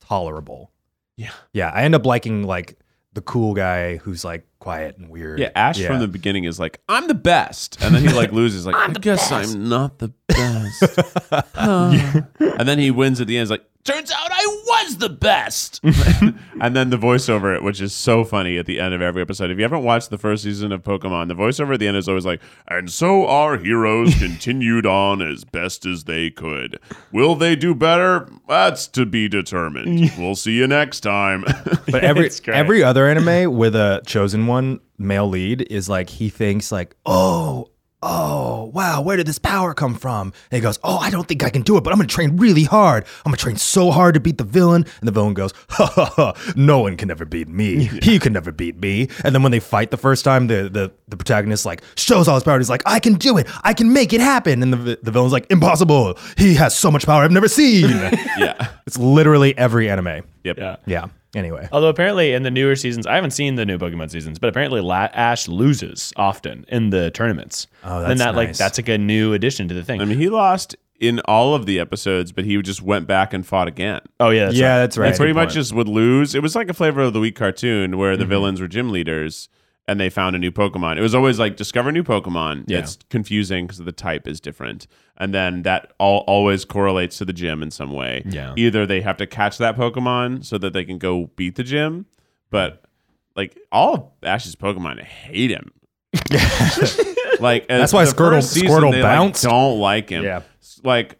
S2: tolerable.
S3: Yeah.
S2: Yeah, I end up liking like the cool guy who's like quiet and weird.
S3: Yeah, Ash from the beginning is like, I'm the best. And then he like loses, like, i guess I'm not the best. Huh. And then he wins at the end. He's like, turns out I was the best. and then the voiceover, which is so funny at the end of every episode. If you haven't watched the first season of Pokemon, the voiceover at the end is always like, and so our heroes continued on as best as they could. Will they do better? That's to be determined. We'll see you next time.
S2: But every
S4: It's great.
S2: every other anime with a chosen one male lead is like he thinks like, "Oh, oh, wow, where did this power come from?" And he goes, "Oh, I don't think I can do it, but I'm going to train really hard. I'm going to train so hard to beat the villain." And the villain goes, "Ha ha ha, no one can ever beat me. He can never beat me." And then when they fight the first time, the the the protagonist like shows all his power. He's like, "I can do it. I can make it happen." And the the villain's like, "Impossible. He has so much power I've never seen."
S3: yeah.
S2: it's literally every anime.
S3: Yep.
S4: Yeah.
S2: Yeah. Anyway.
S4: Although apparently in the newer seasons, I haven't seen the new Pokemon seasons, but apparently La- Ash loses often in the tournaments.
S2: Oh,
S4: and
S2: that's
S4: that like
S2: nice.
S4: that's like a new addition to the thing.
S3: I mean, he lost in all of the episodes, but he just went back and fought again.
S4: oh yeah, that's
S2: yeah,
S4: right.
S2: that's right.
S3: And pretty much just would lose. It was like a flavor of the week cartoon where
S4: Mm-hmm.
S3: the villains were gym leaders and they found a new Pokemon. It was always like discover new Pokemon.
S4: Yeah.
S3: It's confusing because the type is different. And then that all always correlates to the gym in some way.
S4: Yeah.
S3: Either they have to catch that Pokemon so that they can go beat the gym, but like all of Ash's Pokemon hate him. like uh,
S2: That's why
S3: the
S2: Squirtle-
S3: first season,
S2: Squirtle
S3: they, like,
S2: bounced.
S3: don't like him.
S2: Yeah.
S3: S- Like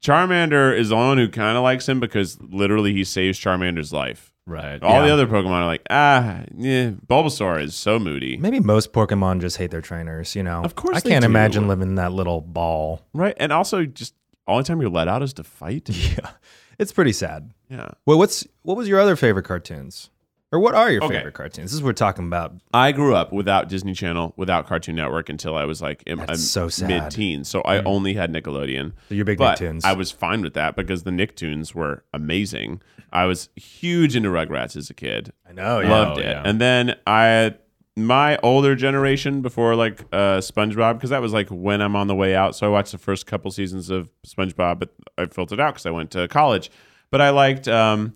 S3: Charmander is the one who kind of likes him because literally he saves Charmander's life.
S4: right.
S3: All the
S4: Yeah.
S3: other Pokemon are like, ah, yeah. Bulbasaur is so moody,
S2: Maybe most Pokemon just hate their trainers, you know.
S3: Of course
S2: I
S3: they
S2: can't
S3: do.
S2: imagine living in that little ball.
S3: right? And also, just only time you're let out is to fight.
S2: Yeah. It's pretty sad.
S3: Yeah.
S2: Well, what's what was your other favorite cartoons? Or what are your
S3: Okay.
S2: favorite cartoons? This is what we're talking about.
S3: I grew up without Disney Channel, without Cartoon Network until I was like in,
S2: That's so sad. Mm.
S3: mid-teen. So I only had Nickelodeon.
S2: So you're big
S3: but
S2: Nicktoons.
S3: I was fine with that because the Nicktoons were amazing. I was huge into Rugrats as a kid.
S2: I know,
S3: loved
S4: Oh,
S3: it.
S4: yeah.
S3: And then I, my older generation before like uh, SpongeBob, because that was like when I'm on the way out. So I watched the first couple seasons of SpongeBob, but I filtered out because I went to college. But I liked um,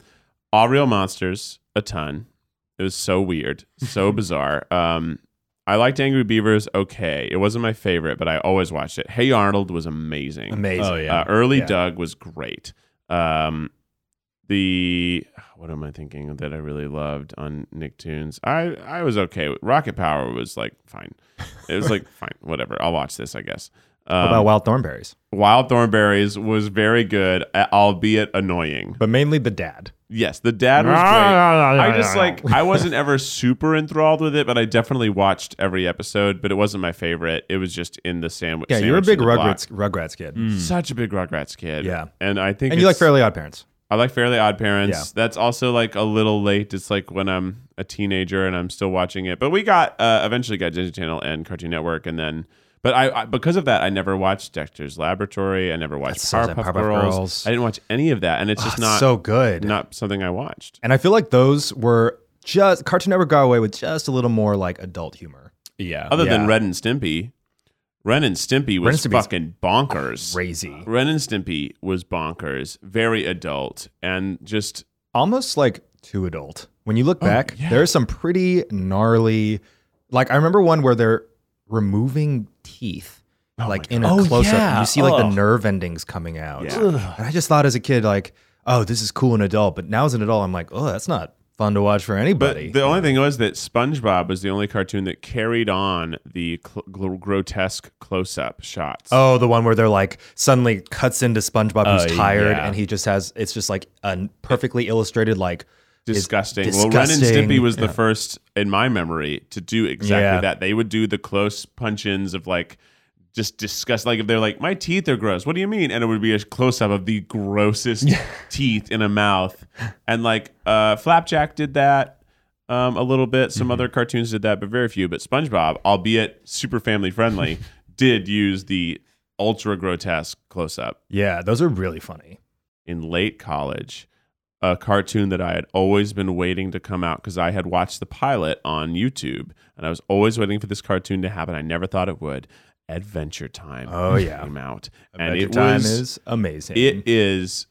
S3: All Real Monsters a ton. It was so weird, so bizarre. Um, I liked Angry Beavers. Okay, it wasn't my favorite, but I always watched it. Hey Arnold was amazing.
S2: Amazing.
S4: Oh yeah.
S3: Uh, early
S2: Yeah.
S3: Doug was great. Um, the what am I thinking that I really loved on Nicktoons? I I was okay. with Rocket Power was like fine. It was like fine, whatever. I'll watch this, I guess. Um,
S2: What about Wild Thornberries?
S3: Wild Thornberries was very good, a- albeit annoying.
S2: But mainly the dad.
S3: Yes, the dad was great. I just like I wasn't ever super enthralled with it, but I definitely watched every episode. But it wasn't my favorite. It was just in the sandwich.
S2: Yeah, you're a
S3: sandwich in
S2: big
S3: the block.
S2: Rugrats Rugrats kid.
S3: Such a big Rugrats kid.
S2: Yeah.
S3: and I think
S2: And you like
S3: it's-
S2: Fairly Odd Parents.
S3: I like Fairly Odd Parents.
S2: Yeah.
S3: That's also like a little late. It's like when I'm a teenager and I'm still watching it. But we got uh, eventually got Disney Channel and Cartoon Network, and then But I, I because of that, I never watched Dexter's Laboratory. I never watched
S2: so sad,
S3: Powerpuff,
S2: Powerpuff
S3: Girls.
S2: Girls.
S3: I didn't watch any of that, and it's
S2: Ah,
S3: just
S2: it's
S3: not
S2: so good.
S3: Not something I watched.
S2: And I feel like those were just Cartoon Network got away with just a little more like adult humor.
S4: Yeah.
S3: Other than
S2: Yeah.
S3: Red and Stimpy, Ren and Stimpy was
S2: Ren and Stimpy's
S3: fucking bonkers.
S2: Crazy.
S3: Ren and Stimpy was bonkers, very adult, and just
S2: Almost like too adult. When you look back, there are some pretty gnarly like I remember one where they're removing teeth. like in a
S4: God. Oh,
S2: close up,
S4: yeah.
S2: you see like the
S4: Ugh.
S2: nerve endings coming out.
S3: Yeah.
S2: And I just thought as a kid, like, oh, this is cool and adult. But now as an adult, I'm like, oh, that's not fun to watch for
S3: But
S2: anybody.
S3: the only thing was that SpongeBob was the only cartoon that carried on the cl- gl- grotesque close-up shots.
S2: Oh, the one where they're like suddenly cuts into SpongeBob who's
S4: Oh,
S2: tired
S4: yeah.
S2: and he just has it's just like a perfectly illustrated like
S3: disgusting.
S2: it's
S3: Well, Ren and
S2: disgusting.
S3: Stimpy was the first in my memory to do exactly
S2: Yeah.
S3: that. They would do the close punch-ins of like just disgust. Like if they're like, "My teeth are gross," what do you mean? And it would be a close-up of the grossest teeth in a mouth. And like uh, Flapjack did that. Um, a little bit.
S2: Mm-hmm.
S3: Some other cartoons did that, but very few. But SpongeBob, albeit super family friendly, did use the ultra grotesque close up
S2: Yeah, those are really funny.
S3: in late college a cartoon that I had always been waiting to come out because I had watched the pilot on YouTube and I was always waiting for this cartoon to happen. I never thought it would. Adventure Time.
S2: Oh, yeah.
S3: came out
S2: Adventure
S3: and it
S2: Time
S3: was
S2: is amazing.
S3: it is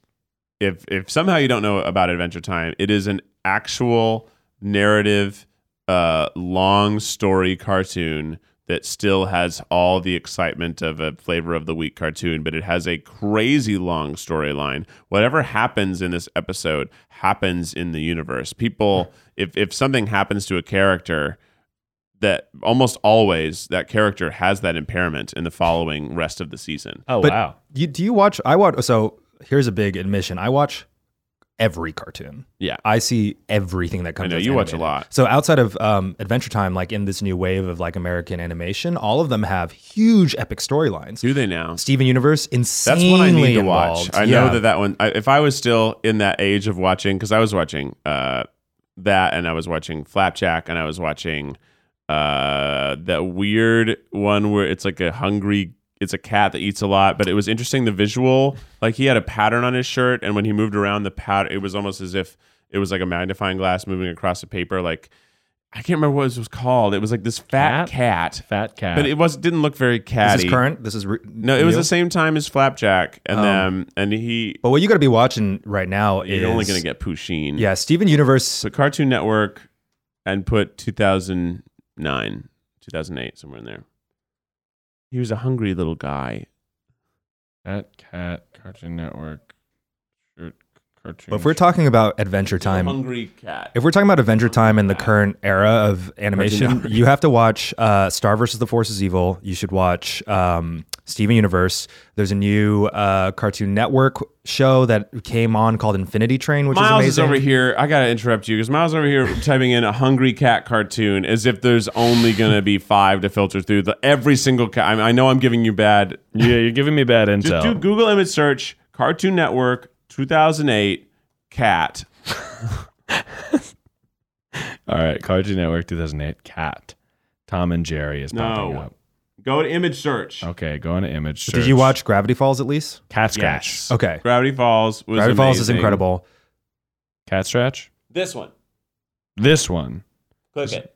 S3: if if somehow you don't know about Adventure Time, it is an actual narrative uh long story cartoon that still has all the excitement of a flavor of the week cartoon, but it has a crazy long storyline. Whatever happens in this episode happens in the universe. People if if something happens to a character that almost always that character has that impairment in the following rest of the season.
S4: Oh
S2: But-
S4: wow.
S2: you, do you watch? I watch. So here's a big admission. I watch every cartoon.
S3: Yeah.
S2: I see everything that comes.
S3: I know
S2: that's
S3: you watch a
S2: animated.
S3: lot.
S2: So outside of um, Adventure Time, like in this new wave of like American animation, all of them have huge epic storylines.
S3: Do they now?
S2: Steven Universe,
S3: That's
S2: insanely
S3: one I need to watch.
S2: involved.
S3: I
S2: Yeah.
S3: know that that one. I, if I was still in that age of watching, because I was watching uh, that, and I was watching Flapjack, and I was watching uh, that weird one where it's like a hungry. It's a cat that eats a lot, but it was interesting the visual. Like he had a pattern on his shirt, and when he moved around, the pattern it was almost as if it was like a magnifying glass moving across the paper. Like I can't remember what it was called. It was like this fat cat,
S4: Fat cat.
S3: but it was didn't look very
S2: This
S3: catty.
S2: is current. This is re-
S3: No, it was
S2: real?
S3: the same time as Flapjack,
S2: Oh.
S3: and um, and he
S2: But what you got to be watching right now is
S3: you're only gonna get Pusheen.
S2: Oh, yeah Steven Universe.
S3: So Cartoon Network, and put 2009, 2008 somewhere in there. He was a hungry little guy.
S4: Fat cat. Cartoon Network. Shirt. Cartoon.
S2: But if we're talking about Adventure Time,
S3: hungry cat.
S2: If we're talking about Avenger Time and the current era of animation, you have to watch uh, Star versus the Force is Evil. You should watch um, Steven Universe. There's a new uh, Cartoon Network show that came on called Infinity Train, which
S3: Miles
S2: is
S3: is
S2: amazing.
S3: over here. I gotta interrupt you because Miles over here typing in a hungry cat cartoon as if there's only gonna be five to filter through the every single cat. I, mean, I know I'm giving you bad
S4: yeah, you're giving me bad intel.
S3: Just do Google image search Cartoon Network 2008 cat.
S4: All right, Cartoon Network 2008 cat. Tom and Jerry is popping
S3: No.
S4: up.
S3: Go to image search.
S4: Okay, go into image. Search.
S2: Did you watch Oh. Gravity Falls at least?
S4: Cat Scratch?
S3: Yes.
S2: Okay,
S3: Gravity Falls was
S2: Gravity Falls is
S3: amazing.
S2: incredible.
S4: Cat Scratch?
S3: This one.
S4: This one.
S3: Click it.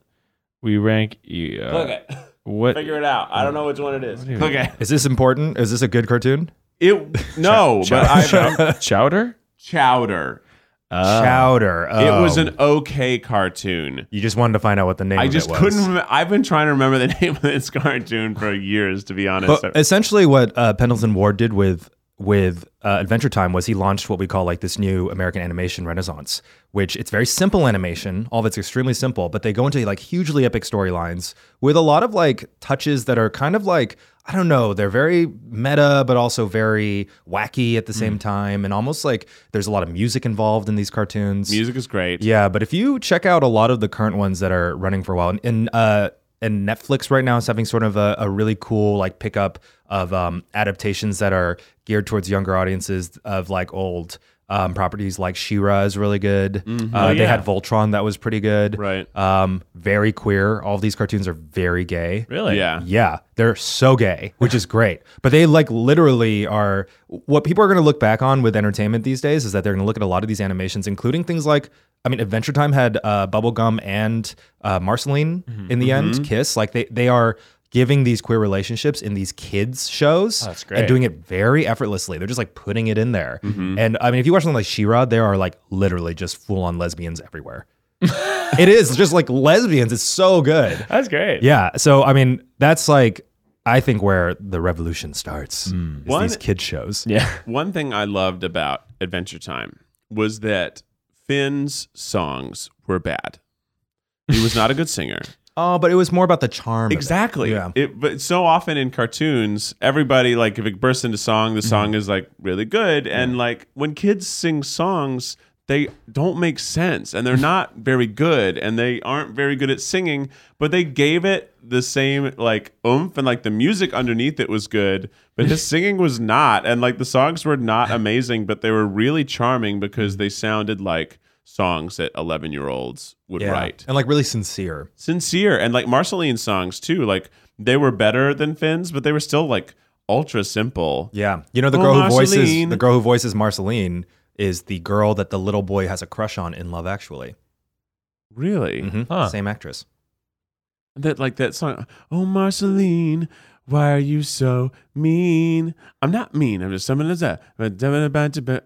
S4: We rank you. Uh,
S3: Click it.
S4: What?
S3: Figure it out. I don't know which one it is.
S4: do you-
S3: Click it.
S2: Is this important? Is this a good cartoon?
S3: It no, but I found
S4: Chowder?
S3: Chowder.
S4: Uh,
S2: Chowder.
S3: It
S2: Oh.
S3: was an okay cartoon.
S2: You just wanted to find out what the name.
S3: I
S2: of
S3: just
S2: it was.
S3: couldn't. Remember, I've been trying to remember the name of this cartoon for years, to be honest.
S2: But essentially, what uh, Pendleton Ward did with with uh, Adventure Time was he launched what we call like this new American animation renaissance, which it's very simple animation. All of it's extremely simple, but they go into like hugely epic storylines with a lot of like touches that are kind of like I don't know, they're very meta, but also very wacky at the same time, and almost like there's a lot of music involved in these cartoons.
S3: Music is great.
S2: Yeah, but if you check out a lot of the current ones that are running for a while, and and, uh, and Netflix right now is having sort of a, a really cool like pickup of um, adaptations that are geared towards younger audiences of like old. Um, properties like Shira is really good. Uh,
S3: Oh,
S2: They
S3: yeah.
S2: had Voltron that was pretty good.
S3: Right.
S2: Um, very queer. All of these cartoons are very gay.
S4: Really?
S3: Yeah.
S2: Yeah, they're so gay, which is great. But they like literally are what people are going to look back on with entertainment these days is that they're going to look at a lot of these animations, including things like, I mean, Adventure Time had uh, Bubblegum and uh, Marceline
S4: Mm-hmm.
S2: in the end, Kiss. Like they, they are giving these queer relationships in these kids shows
S4: Oh, that's
S2: and
S4: great. Mm-hmm.
S2: doing it very effortlessly. They're just like putting it in there. And I mean, if you watch something like She-Ra, there are like literally just full on lesbians everywhere. it is just like lesbians. It's so good.
S4: That's great.
S2: Yeah. So I mean, that's like I think where the revolution starts. is
S3: Hmm. One-
S2: these kid shows.
S4: Yeah.
S3: One thing I loved about Adventure Time was that Finn's songs were bad. He was not a good singer.
S2: Oh, but it was more about the charm. of it.
S3: Exactly.
S2: Yeah.
S3: It, but so often in cartoons, everybody like if it bursts into song,
S2: Mm-hmm.
S3: the song is like really good, and like when kids sing songs, they don't make sense, and they're not very good, and they aren't very good at singing. But they gave it the same like oomph, and like the music underneath it was good, but his singing was not, and like the songs were not amazing, but they were really charming because they sounded like songs that eleven year olds would
S2: Yeah.
S3: write
S2: And like really sincere.
S3: sincere and like Marceline's songs too. Like they were better than Finn's, but they were still like ultra simple.
S2: Yeah. You know the
S3: Oh,
S2: girl who voices
S3: Marceline.
S2: the girl who voices Marceline is the girl that the little boy has a crush on in Love Actually.
S3: Really?
S2: Mhm.
S4: Huh.
S2: Same actress.
S3: That like that song. Oh Marceline, why are you so mean? I'm not mean. I'm just someone that's that.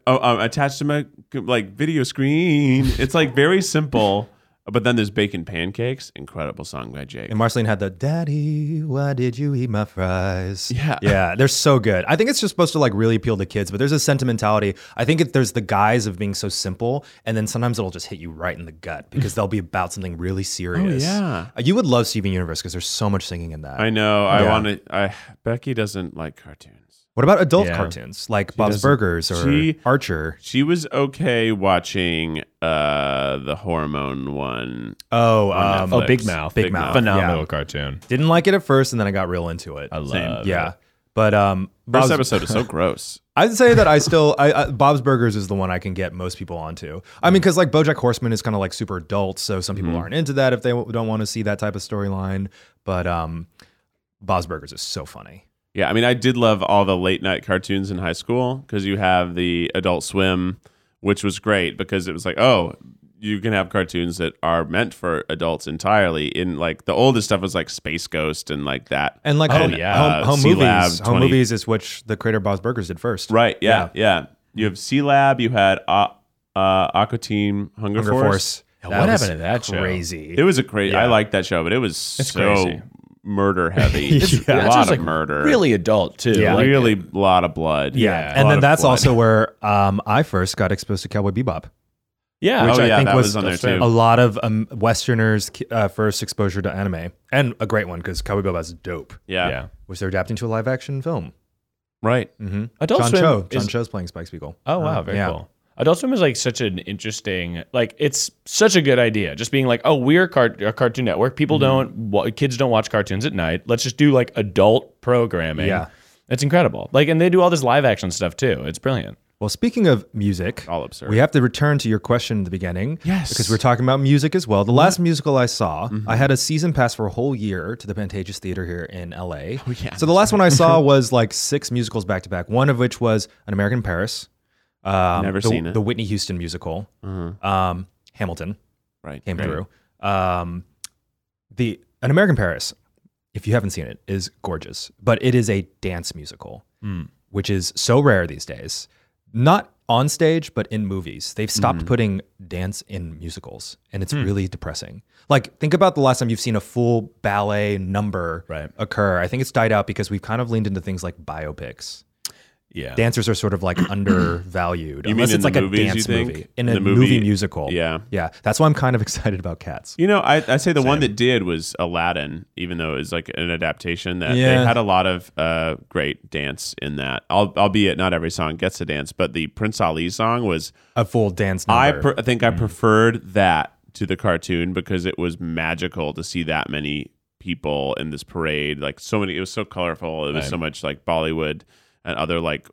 S3: Oh, I'm attached to my like video screen. It's like very simple. But then there's Bacon Pancakes, incredible song by Jake.
S2: And Marceline had the Daddy, why did you eat my fries?
S3: Yeah.
S2: Yeah, they're so good. I think it's just supposed to like really appeal to kids, but there's a sentimentality. I think it, there's the guise of being so simple, and then sometimes it'll just hit you right in the gut because they'll be about something really serious.
S3: Oh, yeah.
S2: Uh, You would love Steven Universe because there's so much singing in that.
S3: I know. I
S2: Yeah.
S3: want to. I Becky doesn't like cartoons.
S2: what about adult
S4: Yeah.
S2: cartoons like Bob's
S3: doesn't-
S2: Burgers or
S3: she-
S2: Archer?
S3: She was okay watching uh the hormone one.
S2: Oh,
S3: On
S2: um,
S3: Netflix.
S4: Oh, Big Mouth.
S2: Big Mouth.
S4: Phenomenal
S2: Yeah.
S4: cartoon.
S2: didn't like it at first, and then I got real into it.
S4: I love it.
S2: yeah. But um,
S3: First
S2: Bob's-
S3: episode is so gross.
S2: I'd say that I still I, I, Bob's Burgers is the one I can get most people onto. I mean, because like BoJack Horseman is kind of like super adult, so some
S3: Mm-hmm.
S2: people aren't into that if they w- don't want to see that type of storyline. But um, Bob's Burgers is so funny.
S3: Yeah, I mean, I did love all the late night cartoons in high school because you have the Adult Swim, which was great because it was like, oh, you can have cartoons that are meant for adults entirely. In like the oldest stuff was like Space Ghost and like that.
S2: And like
S4: Oh,
S2: home,
S4: yeah.
S2: home, home
S3: Sea
S2: movies,
S3: Lab
S2: home
S3: 20.
S2: movies is which the creator of Bob's Burgers did first.
S3: right, yeah, yeah, You have C Lab, you had uh, uh, Aqua Team, Hunger,
S2: Hunger
S3: Force.
S2: Force.
S4: Yeah,
S2: That
S4: what
S2: was
S4: happened to that show?
S2: Crazy.
S3: It was a crazy. I
S4: Yeah.
S3: liked that show, but it was so
S4: crazy.
S3: murder heavy.
S2: It's-
S3: A
S4: That's
S3: lot
S4: just,
S3: of
S4: like,
S3: murder.
S4: Really adult too.
S2: Yeah.
S4: Like,
S3: really a lot of blood.
S4: Yeah. A
S2: and
S4: lot
S2: then
S4: of
S2: that's
S4: blood.
S2: also where um, I first got exposed to Cowboy Bebop.
S4: yeah. Oh,
S3: Which
S2: I
S3: I Oh, yeah,
S2: think
S3: that
S2: was
S3: was, on there
S4: Australian.
S3: too.
S2: a lot of um, Westerners' uh, first exposure to anime, and a great one because Cowboy Bebop's dope,
S3: Yeah.
S4: yeah.
S2: which they're adapting to a live action film.
S3: Right.
S2: Mm-hmm.
S4: Adult
S2: John
S4: Swim
S2: Cho. John
S4: is-
S2: Cho's playing Spike Spiegel.
S4: Oh wow, very
S2: yeah.
S4: cool. Adult Swim is like such an interesting, like it's such a good idea. Just being like, oh, we're car- a Cartoon Network. People don't, wa- kids don't watch cartoons at night. Let's just do like adult programming.
S2: Yeah.
S4: it's incredible. Like, and they do all this live action stuff too. It's brilliant.
S2: Well, speaking of music,
S3: All absurd.
S2: we have to return to your question in the beginning.
S3: Yes.
S2: Because we're talking about music as well. The last musical I saw, I had a season pass for a whole year to the Pantages Theater here in LA. Oh, yeah. So the last one I saw was like six musicals back to back, one of which was An American in Paris. Um,
S3: Never
S2: the,
S3: seen it.
S2: The Whitney Houston musical. Um, Hamilton.
S4: Mm-hmm.
S3: Right.
S2: came
S3: Right.
S2: through. Um, the An American Paris, if you haven't seen it, is gorgeous, but it is a dance musical,
S3: Hmm.
S2: which is so rare these days. Not on stage, but in movies, they've stopped
S3: Hmm.
S2: putting dance in musicals, and it's really depressing. Like, think about the last time you've seen a full ballet number
S4: Right.
S2: occur. I think it's died out because we've kind of leaned into things like biopics.
S4: Yeah,
S2: Dancers are sort of like undervalued,
S3: You mean
S2: unless
S3: in
S2: it's
S3: the
S2: like a
S3: movies, you
S2: dance
S3: think?
S2: movie in,
S3: In
S2: a
S3: the
S2: movie,
S3: movie-
S2: musical.
S3: Yeah.
S2: yeah. That's why I'm kind of excited about Cats.
S3: You know, I I say the one that did was Aladdin, even though it was like an adaptation that
S2: Yeah.
S3: they had a lot of uh, great dance in that. Al- albeit not every song gets a dance, but the Prince Ali song was.
S2: a full dance
S3: I
S2: number.
S3: per- I think I
S2: Mm.
S3: preferred that to the cartoon because it was magical to see that many people in this parade. Like so many, it was so colorful. It was so much like Bollywood and other like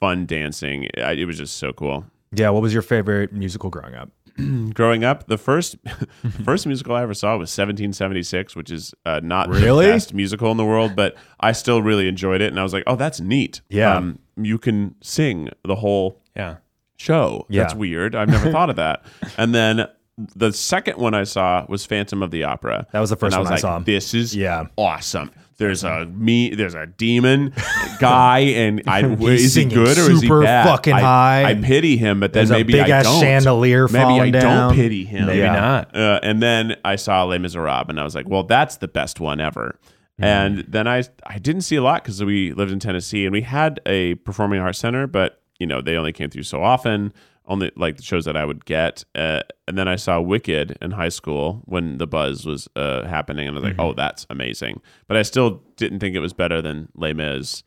S3: fun dancing. I, it was just so cool.
S2: Yeah, what was your favorite musical growing up?
S3: Growing up, the first the first musical I ever saw was 1776, which is uh, not
S2: Really?
S3: the best musical in the world, but I still really enjoyed it, and I was like, "Oh, that's neat." Um,
S2: Yeah.
S3: you can sing the whole
S4: Yeah.
S3: show. That's
S2: Yeah.
S3: weird. I've never thought of that. And then the second one I saw was Phantom of the Opera.
S2: That was the first
S3: and I
S2: one
S3: was
S2: I
S3: like,
S2: saw.
S3: This is
S2: Yeah.
S3: awesome. There's a me. There's a demon guy, and I is he
S2: singing
S3: good or is he
S2: super
S3: bad?
S2: fucking
S3: I,
S2: high.
S3: I pity him, but then
S2: There's a
S3: maybe I
S2: big-ass
S3: don't.
S2: chandelier
S3: Maybe I
S2: falling down.
S3: don't pity him.
S2: Maybe
S4: Maybe
S2: Yeah.
S4: not.
S3: Uh, and then I saw Les Miserables, and I was like, "Well, that's the best one ever." And then I I didn't see a lot because we lived in Tennessee, and we had a performing arts center, but you know they only came through so often, only like the shows that I would get. Uh, and then I saw Wicked in high school when the buzz was uh, happening, and I was like, "Oh, that's amazing!" But I still didn't think it was better than Les Mis,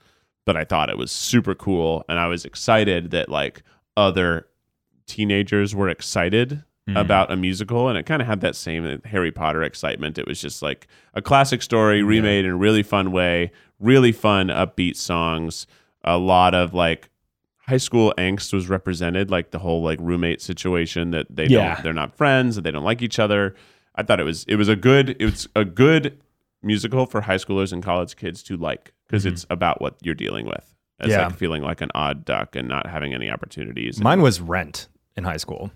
S3: but I thought it was super cool, and I was excited that like other teenagers were excited about a musical and it kind of had that same uh, Harry Potter excitement. It was just like a classic story remade in a really fun way, really fun upbeat songs, a lot of like high school angst was represented, like the whole like roommate situation that they
S4: Yeah.
S3: don't they're not friends, that they don't like each other. I thought it was it was a good it was a good musical for high schoolers and college kids to like because it's about what you're dealing with. It's
S2: Yeah.
S3: like feeling like an odd duck and not having any opportunities. and-
S2: Mine was Rent in high school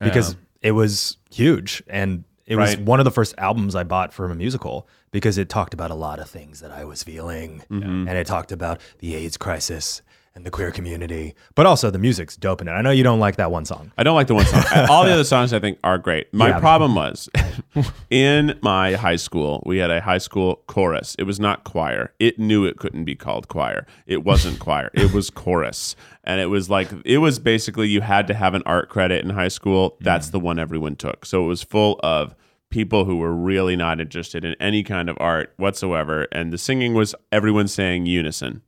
S2: because it was huge and it was
S3: Right.
S2: one of the first albums I bought from a musical because it talked about a lot of things that I was feeling
S3: Mm-hmm.
S2: and it talked about the AIDS crisis and the queer community, but also the music's dope in it. I know you don't like that one song.
S3: I don't like the one song. All the other songs I think are great. My
S2: Yeah.
S3: problem was in my high school, we had a high school chorus. It was not choir. It knew it couldn't be called choir. It wasn't choir. It was chorus. And it was like, it was basically you had to have an art credit in high school. That's
S2: Mm.
S3: the one everyone took. So it was full of people who were really not interested in any kind of art whatsoever. And the singing was everyone saying unison,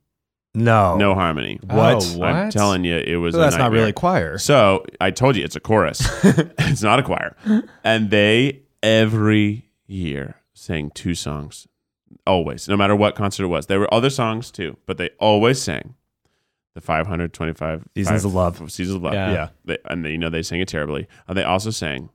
S2: No.
S3: no harmony.
S2: What?
S4: Oh,
S3: I'm
S4: what?
S3: telling you, it was.
S2: So
S3: a
S2: that's not
S3: nightmare.
S2: really choir.
S3: So I told you it's a chorus. it's not a choir. And they every year sang two songs. Always, no matter what concert it was. There were other songs too, but they always sang the 525
S2: Seasons
S3: five-
S2: of Love.
S3: Seasons of Love.
S4: Yeah.
S2: Yeah.
S3: They, and they, you know they sang it terribly. And they also sang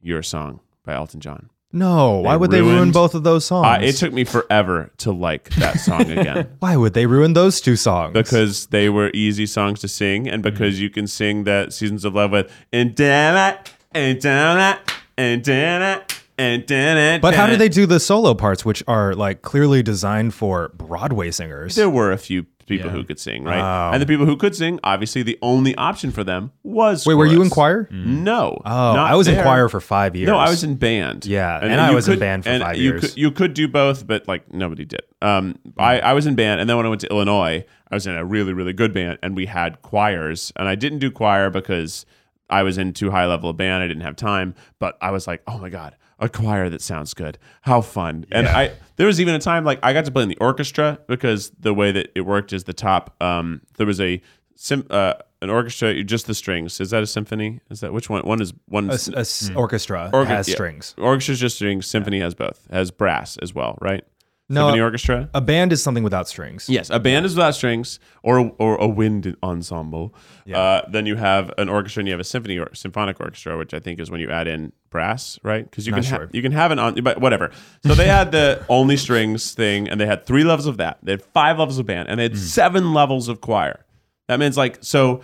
S3: Your Song by Elton John.
S2: No. Why
S3: They
S2: would they ruin
S3: ruined-
S2: both of those songs?
S3: Uh, it took me forever to like that song again.
S2: Why would they ruin those two songs?
S3: because they were easy songs to sing and
S2: Mm-hmm.
S3: because you can sing that seasons of love with and damn it and damn it and damn it and damn it
S2: but how do
S3: damn
S2: they
S3: it."
S2: do the solo parts, which are like clearly designed for Broadway singers?
S3: there were a few people
S4: Yeah.
S3: who could sing right and the people who could sing obviously the only option for them was
S2: Wait, were you in choir?
S3: chorus. no
S2: Oh,
S3: Mm. not
S2: I was
S3: there.
S2: in choir for five years.
S3: no i was in band
S2: Yeah, and I
S3: you
S2: was in band for
S3: and
S2: five
S3: you
S2: years.
S3: could, you could do both but like nobody did um I, I was in band and then when i went to illinois i was in a really really good band and we had choirs and i didn't do choir because i was in too high level of band i didn't have time but i was like oh my god a choir that sounds good how fun and i there was even a time like i got to play in the orchestra because the way that it worked is the top um there was a sim uh an orchestra, just the strings. Is that a symphony? Is that which one? One is one.
S2: a, s- a s- orchestra
S3: Mm. Orga-
S2: has
S3: yeah.
S2: strings.
S3: Orchestra's just strings. Symphony has both. Has brass as well, right?
S2: No. uh,
S3: Symphony orchestra.
S2: A band is something without strings.
S3: Yes, a band is without strings, or or a wind ensemble. Uh, then you have an orchestra, and you have a symphony or symphonic orchestra, which I think is when you add in brass, right? Because you
S2: Not
S3: can ha-
S2: sure.
S3: you can have an on, but whatever. So they had the only strings thing, and they had three levels of that. They had five levels of band, and
S2: Mm.
S3: they had seven levels of choir. That means like so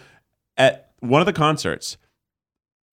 S3: at one of the concerts,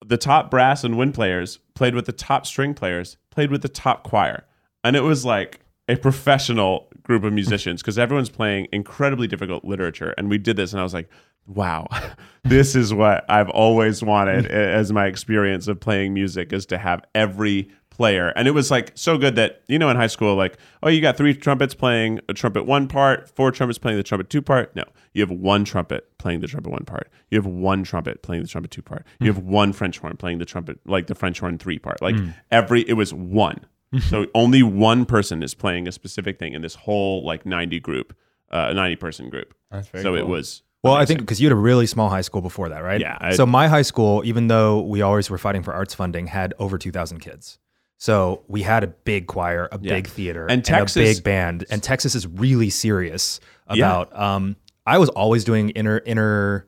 S3: the top brass and wind players played with the top string players, played with the top choir. And it was like a professional group of musicians because everyone's playing incredibly difficult literature. And we did this, and I was like, wow, this is what I've always wanted a- as my experience of playing music is to have every player. And it was like so good that, you know, in high school, like, oh, you got three trumpets playing a trumpet one part, four trumpets playing the trumpet two part. No, you have one trumpet playing the trumpet one part. You have one trumpet playing the trumpet two part.
S4: Hmm.
S3: You have one French horn playing the trumpet, like the French horn three part.
S4: Hmm.
S3: Like every, it was one. so only one person is playing a specific thing in this whole like 90 group, uh, 90 person group. That's
S4: very
S3: so it
S4: cool.
S3: was.
S2: Well, I think because you had a really small high school before that, right?
S3: Yeah, I-
S2: so my high school, even though we always were fighting for arts funding, had over 2,000 kids. So we had a big choir, a big theater,
S3: And Texas-
S2: a big band. And Texas is really serious about. Um, I was always doing inner inner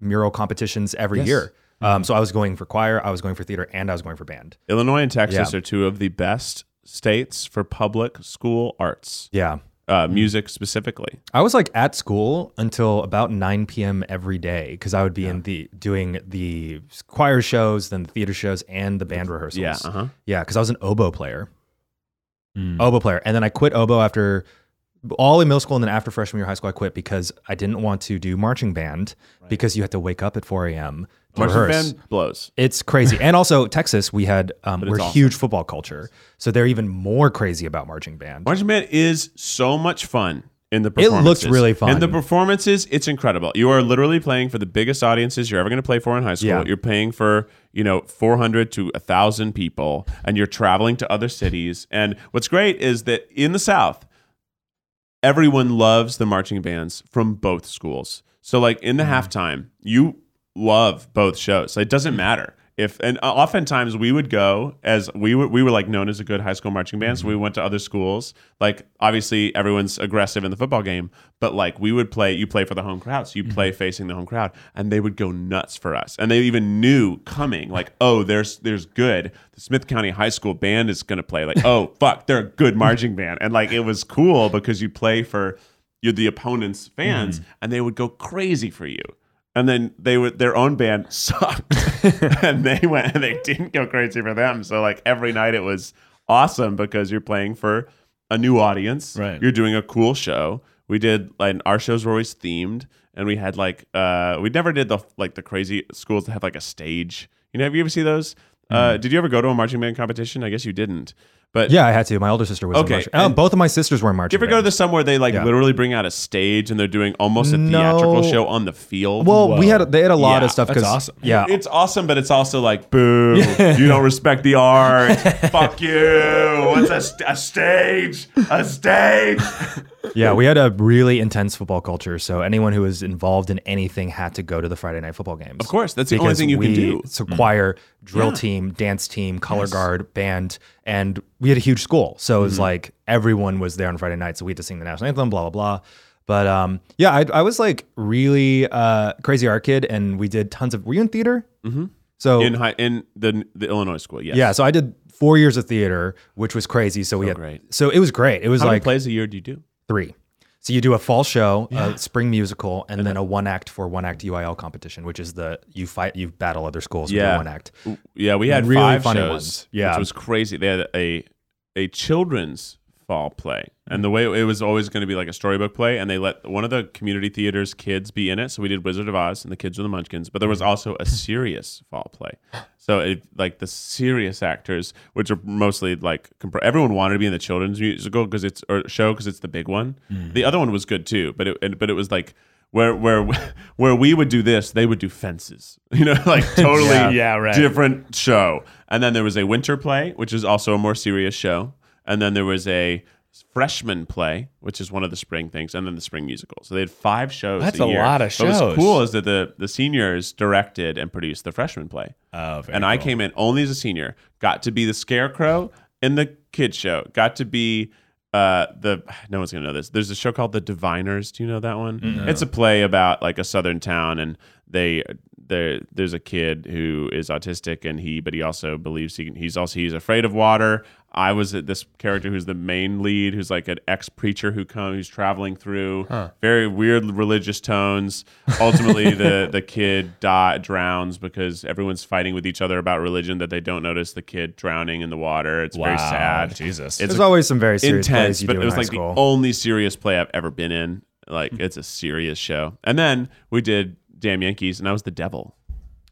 S2: mural competitions every year.
S3: Mm-hmm.
S2: Um, so I was going for choir, I was going for theater, and I was going for band.
S3: Illinois and Texas are two of the best states for public school arts,
S2: Yeah.
S3: uh,
S4: Hmm.
S3: music specifically.
S2: I was like at school until about 9 p.m. every day because I would be in the doing the choir shows, then the theater shows, and the band rehearsals.
S3: Yeah, uh-huh. Mm.
S2: yeah, because I was an oboe player, oboe player, and then I quit oboe after all in middle school, and then after freshman year of high school, I quit because I didn't want to do marching band because you had to wake up at 4 a.m. to
S3: Marching
S2: rehearse.
S3: band blows.
S2: It's crazy. And also Texas, we had um,
S3: it's
S2: we're
S3: awesome.
S2: huge football culture, so they're even more crazy about marching band.
S3: Marching band is so much fun in the
S2: It looks
S3: performances.
S2: really fun.
S3: In the performances, it's incredible. You are literally playing for the biggest audiences you're ever going to play for in high school.
S2: Yeah.
S3: You're paying for, you know, 400 to 1,000 people and you're traveling to other cities. And what's great is that in the South, everyone loves the marching bands from both schools. So like in the halftime, you love both shows. Like, it doesn't matter if and oftentimes we would go as we were we were like known as a good high school marching band. So we went to other schools. Like obviously everyone's aggressive in the football game, but like we would play. You play for the home crowd, so you play facing the home crowd, and they would go nuts for us. And they even knew coming like, oh, there's there's good. The Smith County High School band is gonna play. Like, oh fuck, they're a good marching band. And like it was cool because you play for you're the opponent's fans, and they would go crazy for you. And then they were their own band sucked, and they went and they didn't go crazy for them. So like every night it was awesome because you're playing for a new audience.
S4: Right.
S3: You're doing a cool show. We did like our shows were always themed, and we had like uh we never did the like the crazy schools that have like a stage. You know, have you ever see those? Uh, did you ever go to a marching band competition? I guess you didn't. But
S2: Mm. Yeah, I had to. My older sister was
S3: Okay,
S2: in marching. Oh,
S3: and-
S2: both of my sisters were in marching.
S3: you ever go to the some where they like
S2: Yeah.
S3: literally bring out a stage and they're doing almost a
S2: No.
S3: theatrical show on the field?
S2: Well, we had they had a lot
S3: Yeah,
S2: of stuff
S4: that's
S2: because
S4: awesome.
S2: yeah,
S3: It's awesome, but it's also like, boo, you don't respect the art. Fuck you. What's a, st- a stage? A stage?
S2: yeah, we had a really intense football culture. So anyone who was involved in anything had to go to the Friday night football games. Of
S3: course, that's the only thing you can do.
S2: So choir, drill team, dance team, color guard, band, and we had a huge school. So it was like everyone was there on Friday night. So we had to sing the national anthem, blah blah blah. But um, yeah, I, I was like really uh, crazy art kid, and we did tons of. Were you in theater? Mm-hmm. So
S3: In high, in the the Illinois school, yes.
S2: Yeah, so I did four years of theater, which was crazy. So, we had
S3: Oh, great.
S2: so it was great. It was
S3: How many
S2: like
S3: plays a year do you do?
S2: three. So you do a fall show, a spring musical, and, then a one act for one act UIL competition, which is the you fight you battle other schools
S3: Yeah.
S2: for one act.
S3: Yeah, we had
S2: Really
S3: five
S2: funny
S3: shows,
S2: ones. Yeah.
S3: which was crazy. They had a a children's fall play, and the way it was always going to be like a storybook play, and they let one of the community theaters kids be in it. So we did Wizard of Oz and the kids were the Munchkins, but there
S2: Mm.
S3: was also a serious fall play. So it like the serious actors, which are mostly like compr- everyone wanted to be in the children's musical because it's or show because it's the big one.
S2: Mm.
S3: The other one was good too, but it and- but it was like. Where, where where we would do this, they would do fences. You know, like totally
S4: Yeah. Yeah, right.
S3: different different show. And then there was a winter play, which is also a more serious show. And then there was a freshman play, which is one of the spring things, and then the spring musical. So they had five shows.
S4: That's a
S3: year.
S4: lot of
S3: What
S4: shows.
S3: was cool is that the the seniors directed and produced the freshman play.
S4: Oh, very
S3: and I came in only as a senior, got to be the scarecrow in the kids show, got to be uh the no one's gonna know this there's a show called the diviners do you know that one it's a play about like a southern town and they there there's a kid who is autistic and he but he also believes he can, he's also he's afraid of water i was at this character who's the main lead who's like an ex preacher who comes who's traveling through very weird religious tones ultimately the the kid die, drowns because everyone's fighting with each other about religion that they don't notice the kid drowning in the water it's very sad
S4: Jesus.
S3: It's
S2: There's always some very serious
S3: intense,
S2: plays you
S3: but
S2: do
S3: it
S2: in
S3: was
S2: high
S3: like
S2: school. Hmm.
S3: the only serious play I've ever been in. Like it's a serious show. And then we did Damn Yankees, and I was the devil,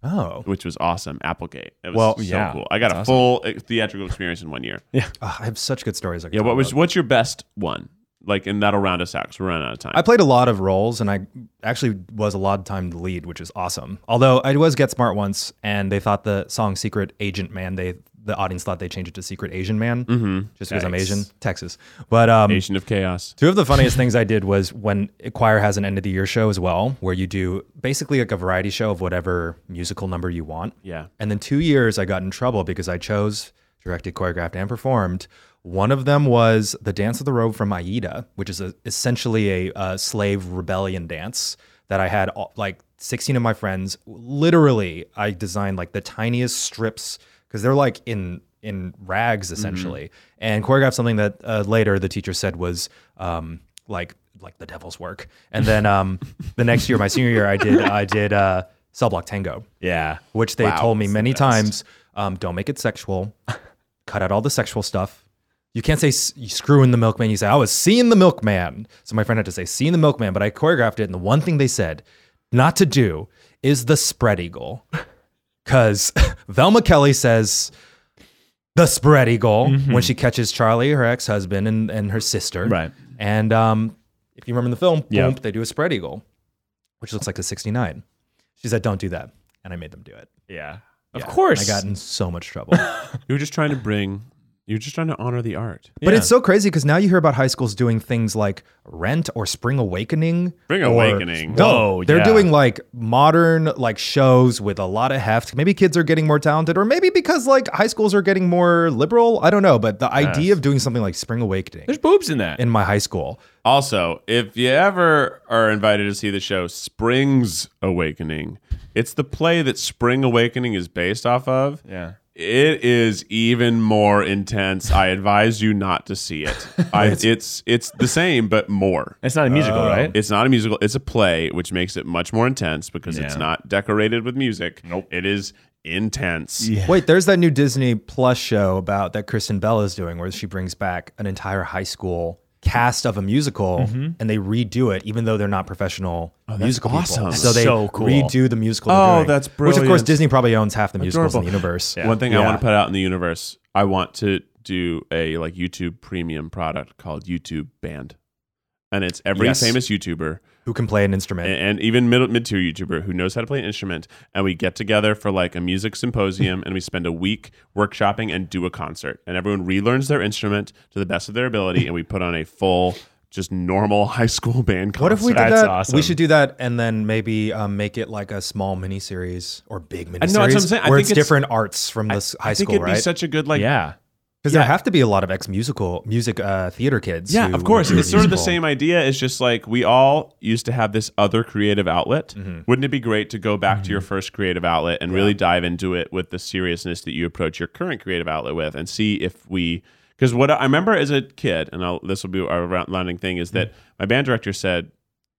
S2: oh,
S3: which was awesome. Applegate, it was
S2: Well,
S3: so
S4: yeah,
S3: cool. I got a full uh, theatrical experience in one year. Yeah.
S2: Ah, I have such good stories. I could
S3: what
S2: tell
S3: was
S2: about.
S3: what's your best one? Like, and that'll round us out because we're running out of time.
S2: I played a lot of roles, and I actually was a lot of time the lead, which is awesome. Although I was Get Smart once, and they thought the song "Secret Agent Man," they the audience thought they changed it to "Secret Asian Man," mm-hmm. just because I'm Asian, Texas. But um,
S3: Nation of Chaos.
S2: Two of the funniest things I did was when a choir has an end of the year show as well, where you do basically like a variety show of whatever musical number you want.
S3: Yeah.
S2: And then two years I got in trouble because I chose, directed, choreographed, and performed. One of them was the Dance of the Robe from Aida, which is a, essentially a, uh slave rebellion dance that I had all, like 16 of my friends literally i designed like the tiniest strips because they're like in in rags essentially and choreographed something that uh, later the teacher said was um like like the devil's work and then um the next year my senior year i did i did uh cell block tango
S4: Yeah.
S2: which they
S3: Wow,
S2: told me
S3: it's the
S2: many
S3: best.
S2: times um, don't make it sexual cut out all the sexual stuff you can't say s- you screw in the milkman you say i was seeing the milkman so my friend had to say seeing the milkman but i choreographed it and the one thing they said not to do is the spread eagle because velma kelly says the spread eagle when she catches charlie her ex-husband and, and her sister
S4: Mm-hmm. Right.
S2: and um, if you remember the film boom,
S4: Yeah.
S2: they do a spread eagle which looks like a 69 she said don't do that and i made them do it
S4: Yeah. Of
S2: yeah,
S4: course.
S2: I got in so much trouble. but
S3: You were just trying to bring. You're just trying to honor the art.
S2: it's so crazy because now you hear about high schools doing things like Rent or Spring Awakening.
S3: Spring
S2: or-
S3: Awakening.
S2: No,
S4: Whoa,
S2: they're
S4: yeah.
S2: doing like modern like shows with a lot of heft. Maybe kids are getting more talented, or maybe because like high schools are getting more liberal. I don't know, but the idea of doing something like Spring Awakening
S4: There's boobs in that.
S2: in my high school,
S3: Also, if you ever are invited to see the show Spring's Awakening, it's the play that Spring Awakening is based off of.
S4: yeah.
S3: It is even more intense. I advise you not to see it. I, it's it's the same but more.
S4: It's not a musical, right?
S3: It's not a musical. It's a play, which makes it much more intense because it's
S4: Yeah.
S3: not decorated with music. Nope. It is intense.
S2: Wait, there's that new Disney Plus show about that Kristen Bell is doing where she brings back an entire high school cast of a musical
S3: Mm-hmm.
S2: and they redo it even though they're not professional musical people.
S3: Oh, awesome.
S2: so they
S4: so cool.
S2: redo the musical.
S3: Oh,
S2: they're doing,
S3: that's
S2: Which of course
S3: brilliant.
S2: Disney probably owns half the musicals in the
S3: Adorable.
S2: universe.
S3: One thing I
S4: Yeah.
S3: want to put out in the universe, I want to do a like YouTube premium product called YouTube Band. And it's every
S2: Yes.
S3: famous YouTuber
S2: Who can play an instrument?
S3: and, and even mid mid tier YouTuber who knows how to play an instrument, and we get together for like a music symposium, and we spend a week workshopping and do a concert, and everyone relearns their instrument to the best of their ability, and we put on a full, just normal high school band concert.
S2: what if we did
S4: That's
S2: that?
S4: awesome.
S2: We should do that and then maybe um, make it like a small miniseries or big miniseries
S3: that's what I'm saying. I
S2: where
S3: think
S2: it's
S3: it's-
S2: different arts from this high
S3: I think
S2: school,
S3: it'd
S2: right?
S3: be
S2: Because
S3: such a good like
S4: yeah.
S2: there have to be a lot of ex musical music uh, theater kids.
S3: Yeah,
S2: who
S3: of course.
S2: do
S3: It's sort of the
S2: musical.
S3: same idea. It's just like we all used to have this other creative outlet. Wouldn't it be great to go back to
S2: Mm-hmm.
S3: your first creative outlet and really dive into it with the seriousness that you approach your current creative outlet with and see if we. Because what I remember as a kid, and I'll, this will be our round- rounding thing, is that
S2: Mm-hmm.
S3: my band director said,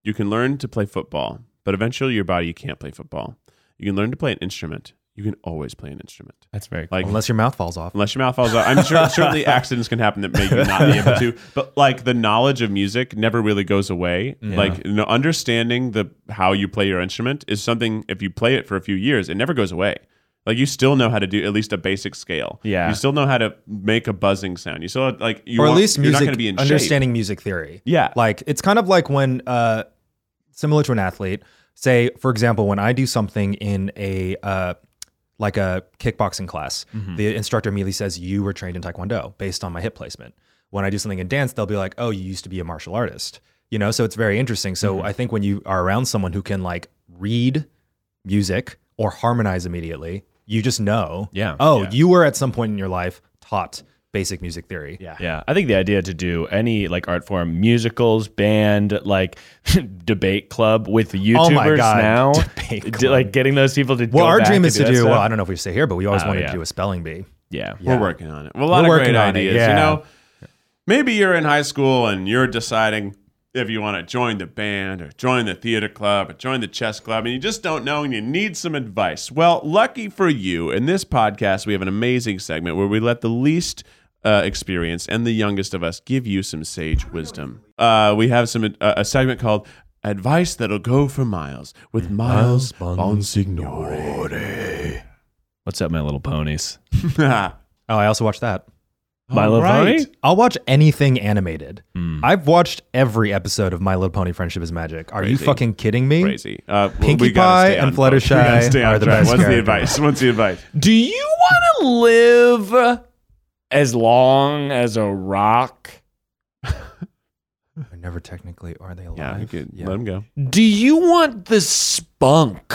S3: You can learn to play football, but eventually your body can't play football. You can learn to play an instrument. You can always play an instrument.
S4: That's very
S3: Like,
S2: Unless your mouth falls off.
S3: unless your mouth falls out. I'm sure certainly accidents can happen that make you not be able to. But like the knowledge of music never really goes away. Like you know, understanding the how you play your instrument is something. If you play it for a few years, it never goes away. Like you still know how to do at least a basic scale.
S4: Yeah.
S3: you still know how to make a buzzing sound. You still like you
S2: or at
S3: won't-
S2: least
S3: you're not
S2: music
S3: going to be in shape.
S2: understanding music theory.
S3: Yeah.
S2: Like it's kind of like when uh similar to an athlete, say for example when I do something in a uh like a kickboxing class,
S4: Mm-hmm.
S2: the instructor immediately says you were trained in taekwondo based on my hip placement. When I do something in dance, they'll be like, "Oh, you used to be a martial artist." You know, so it's very interesting. So
S4: Mm-hmm.
S2: I think when you are around someone who can like read music or harmonize immediately, you just know,
S4: Yeah.
S2: oh, you were at some point in your life taught basic music theory. Yeah.
S4: Yeah, I think the idea to do any like art form, musicals, band, like debate club with YouTubers
S2: Oh my God,
S4: now,
S2: debate
S4: d-
S2: club.
S4: like getting those people to.
S2: Well,
S4: go
S2: our
S4: back
S2: dream
S4: and
S2: is to
S4: that
S2: do.
S4: stuff.
S2: Well, I don't know if we say here, but we always
S4: Oh,
S2: wanted
S4: yeah.
S2: to do a spelling bee.
S4: yeah,
S3: We're working on it. Well, a lot
S2: We're
S3: of great
S2: working on it,
S3: ideas.
S2: yeah.
S3: You know, maybe you're in high school and you're deciding if you want to join the band or join the theater club or join the chess club and you just don't know and you need some advice. Well, lucky for you, in this podcast, we have an amazing segment where we let the least uh, experienced and the youngest of us give you some sage wisdom. Uh, we have some uh, a segment called Advice That'll Go for Miles with Miles Bonsignore.
S4: What's up, my little ponies?
S2: Oh, I also watched that.
S4: My
S3: All
S4: Little
S3: right.
S4: Pony.
S2: I'll watch anything animated.
S3: Hmm.
S2: I've watched every episode of My Little Pony: Friendship Is Magic. Are you
S3: Crazy.
S2: fucking kidding me?
S3: crazy. Uh, well,
S2: Pinkie
S3: we gotta
S2: Pie
S3: stay on
S2: and
S3: track. We gotta
S2: Fluttershy
S3: stay on
S2: are the
S3: track.
S2: best
S3: What's the
S2: characters.
S3: advice? What's the advice?
S4: Do you want to live as long as a rock?
S2: They're never technically are they alive?
S3: Yeah, you could let him go.
S4: Do you want the spunk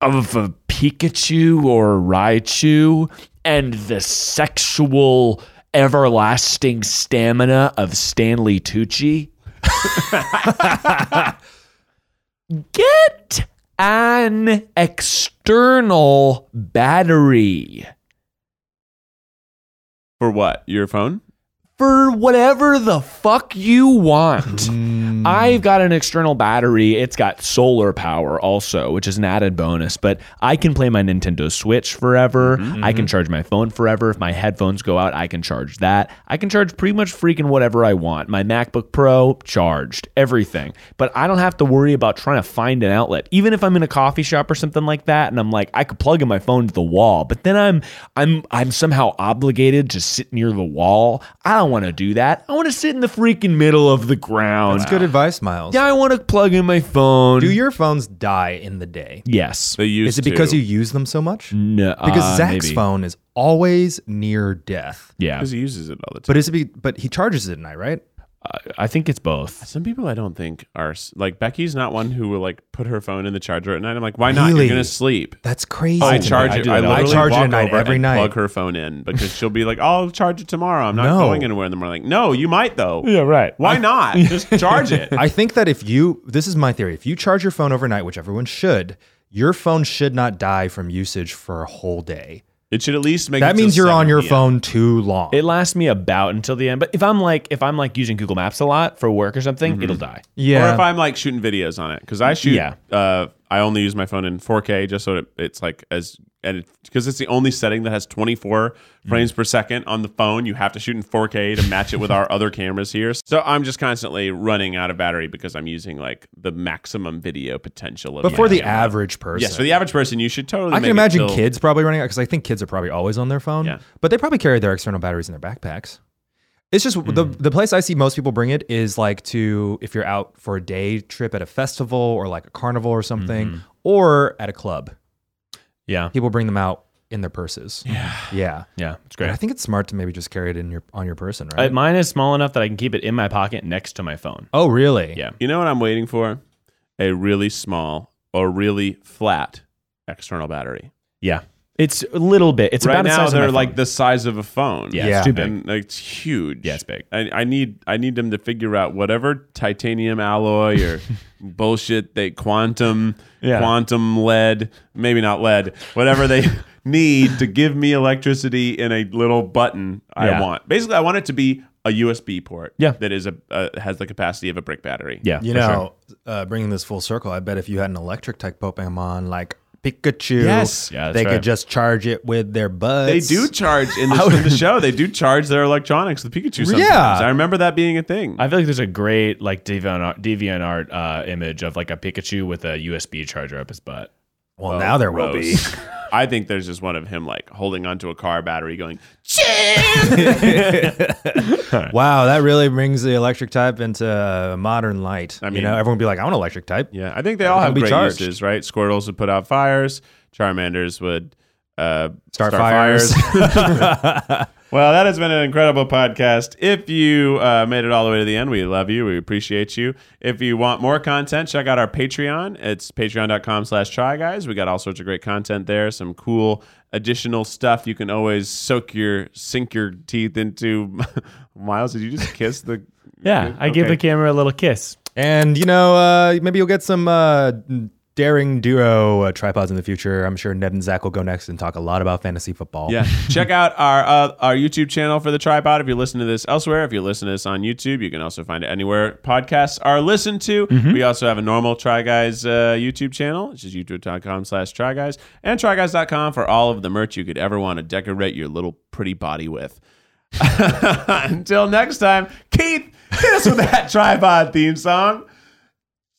S4: of a Pikachu or a Raichu and the sexual everlasting stamina of Stanley Tucci? Get an external battery
S3: For what? Your phone?
S4: for whatever the fuck you want. I've got an external battery. It's got solar power also, which is an added bonus, but I can play my Nintendo Switch forever.
S2: Mm-hmm,
S4: I can charge my phone forever. If my headphones go out, I can charge that. I can charge pretty much freaking whatever I want. My MacBook Pro charged, everything. But I don't have to worry about trying to find an outlet. Even if I'm in a coffee shop or something like that and I'm like I could plug in my phone to the wall, but then I'm I'm I'm somehow obligated to sit near the wall. I don't want to do that. I want to sit in the freaking middle of the ground.
S2: That's good advice, Miles.
S4: Yeah, I want to plug in my phone.
S2: Do your phones die in the day?
S4: yes.
S3: They used
S2: Is it because
S3: to.
S2: you use them so much?
S4: No,
S2: Because
S4: uh,
S2: Zach's
S4: maybe.
S2: phone is always near death.
S4: Yeah,
S3: Because he uses it all the time.
S2: But is it be, but he charges it at night, right?
S4: I think it's both.
S3: Some people I don't think are s- like Becky's not one who will like put her phone in the charger at night. I'm like, why not?
S2: Really?
S3: You're gonna sleep.
S2: That's crazy.
S3: Oh, I charge
S4: I
S3: it.
S4: do
S3: I,
S4: that all the
S3: literally
S2: time. I charge it
S3: walk
S2: at night,
S3: over
S2: every
S3: and
S2: night.
S3: Plug her phone in because she'll be like, "I'll charge it tomorrow. I'm not
S2: No.
S3: going anywhere in the morning." Like, no, you might though.
S4: right.
S3: Why not? Just charge it.
S2: I think that if you, this is my theory, if you charge your phone overnight, which everyone should, your phone should not die from usage for a whole day.
S3: It should at least make. it
S2: That
S3: till
S2: means you're on
S3: 7
S2: your
S3: p.m.
S2: phone too long.
S4: It lasts me about until the end. But if I'm like if I'm like using Google Maps a lot for work or something, it'll die.
S2: yeah.
S3: Or if I'm like shooting videos on it, because I shoot,
S4: Yeah.
S3: uh, I only use my phone in 4K just so it, it's like as and because it's the only setting that has 24
S2: Mm.
S3: frames per second on the phone. You have to shoot in 4K to match it with our other cameras here. So I'm just constantly running out of battery because I'm using like the maximum video potential of
S2: but
S3: my
S2: for the
S3: camera.
S2: average person.
S3: Yes, for the average person, you should totally.
S2: I
S3: make
S2: can
S3: it
S2: imagine
S3: till-
S2: kids probably running out because I think kids are probably always on their phone.
S3: Yeah.
S2: But they probably carry their external batteries in their backpacks. It's just the the place I see most people bring it is like to if you're out for a day trip at a festival or like a carnival or something or at a club.
S4: Yeah,
S2: People bring them out in their purses. Yeah. Yeah.
S4: yeah, it's
S2: I think it's smart to maybe just carry it in your on your person,
S4: Uh,
S2: right?
S4: mine is small enough that I can keep it in my pocket next to my phone.
S2: oh, really?
S4: Yeah.
S3: You know what I'm waiting for? A really small or really flat external battery.
S4: Yeah, it's a little bit. It's
S3: right
S4: about the
S3: now
S4: size
S3: they're
S4: of my
S3: like
S4: phone.
S3: the size of a phone.
S4: yeah,
S2: Yeah.
S4: It's too big.
S3: and like, it's huge.
S4: Yeah, it's big.
S3: I, I need I need them to figure out whatever titanium alloy or bullshit they quantum
S4: Yeah.
S3: quantum lead maybe not lead whatever they need to give me electricity in a little button I
S4: Yeah.
S3: want. Basically, I want it to be a USB port.
S4: Yeah.
S3: that is a uh, has the capacity of a brick battery.
S4: yeah,
S2: You
S4: for sure.
S2: know, uh, bringing this full circle, I bet if you had an electric type Pokemon like Pikachu,
S3: Yes.
S4: Yeah, that's
S2: they
S4: right.
S2: could just charge it with their buds.
S3: They do charge in the, in the show. They do charge their electronics, the Pikachu. Sometimes.
S2: Yeah.
S3: I remember that being a thing.
S4: I feel like there's a great like DeviantArt, DeviantArt uh, image of like a Pikachu with a USB charger up his butt.
S2: Well, now there will be.
S3: Gross. I think there's just one of him like holding onto a car battery, going
S2: Wow, that really brings the electric type into uh, modern light. I mean,
S3: mean-
S2: you know, everyone would be like, I want an electric type.
S3: Yeah, I think they all
S2: It'll
S3: have
S2: be
S3: great
S2: charged.
S3: uses, right? Squirtles would put out fires. Charmanders would uh,
S2: Start fires.
S3: well, that has been an incredible podcast. If you uh, made it all the way to the end, we love you. We appreciate you. If you want more content, check out our Patreon. It's patreon.com slash try guys. We got all sorts of great content there, some cool additional stuff you can always soak your sink your teeth into. Miles, did you just kiss the
S4: Yeah, I give
S3: Okay.
S4: the camera a little kiss.
S2: And, you know, uh, maybe you'll get some uh, daring duo uh, tripods in the future. I'm sure Ned and Zach will go next and talk a lot about fantasy football.
S3: Yeah. Check out our uh, our YouTube channel for the tripod if you listen to this elsewhere. If you listen to this on YouTube, you can also find it anywhere podcasts are listened to. We also have a normal Try Guys uh, YouTube channel, which is youtube.com slash try guys and tryguys.com for all of the merch you could ever want to decorate your little pretty body with. Until next time, Keith, hit us with that tripod theme song.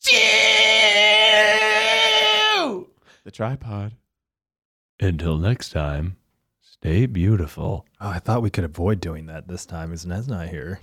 S3: Chew! The tripod.
S4: Until next time, stay beautiful.
S2: Oh, I thought we could avoid doing that this time. Is Ned's not here?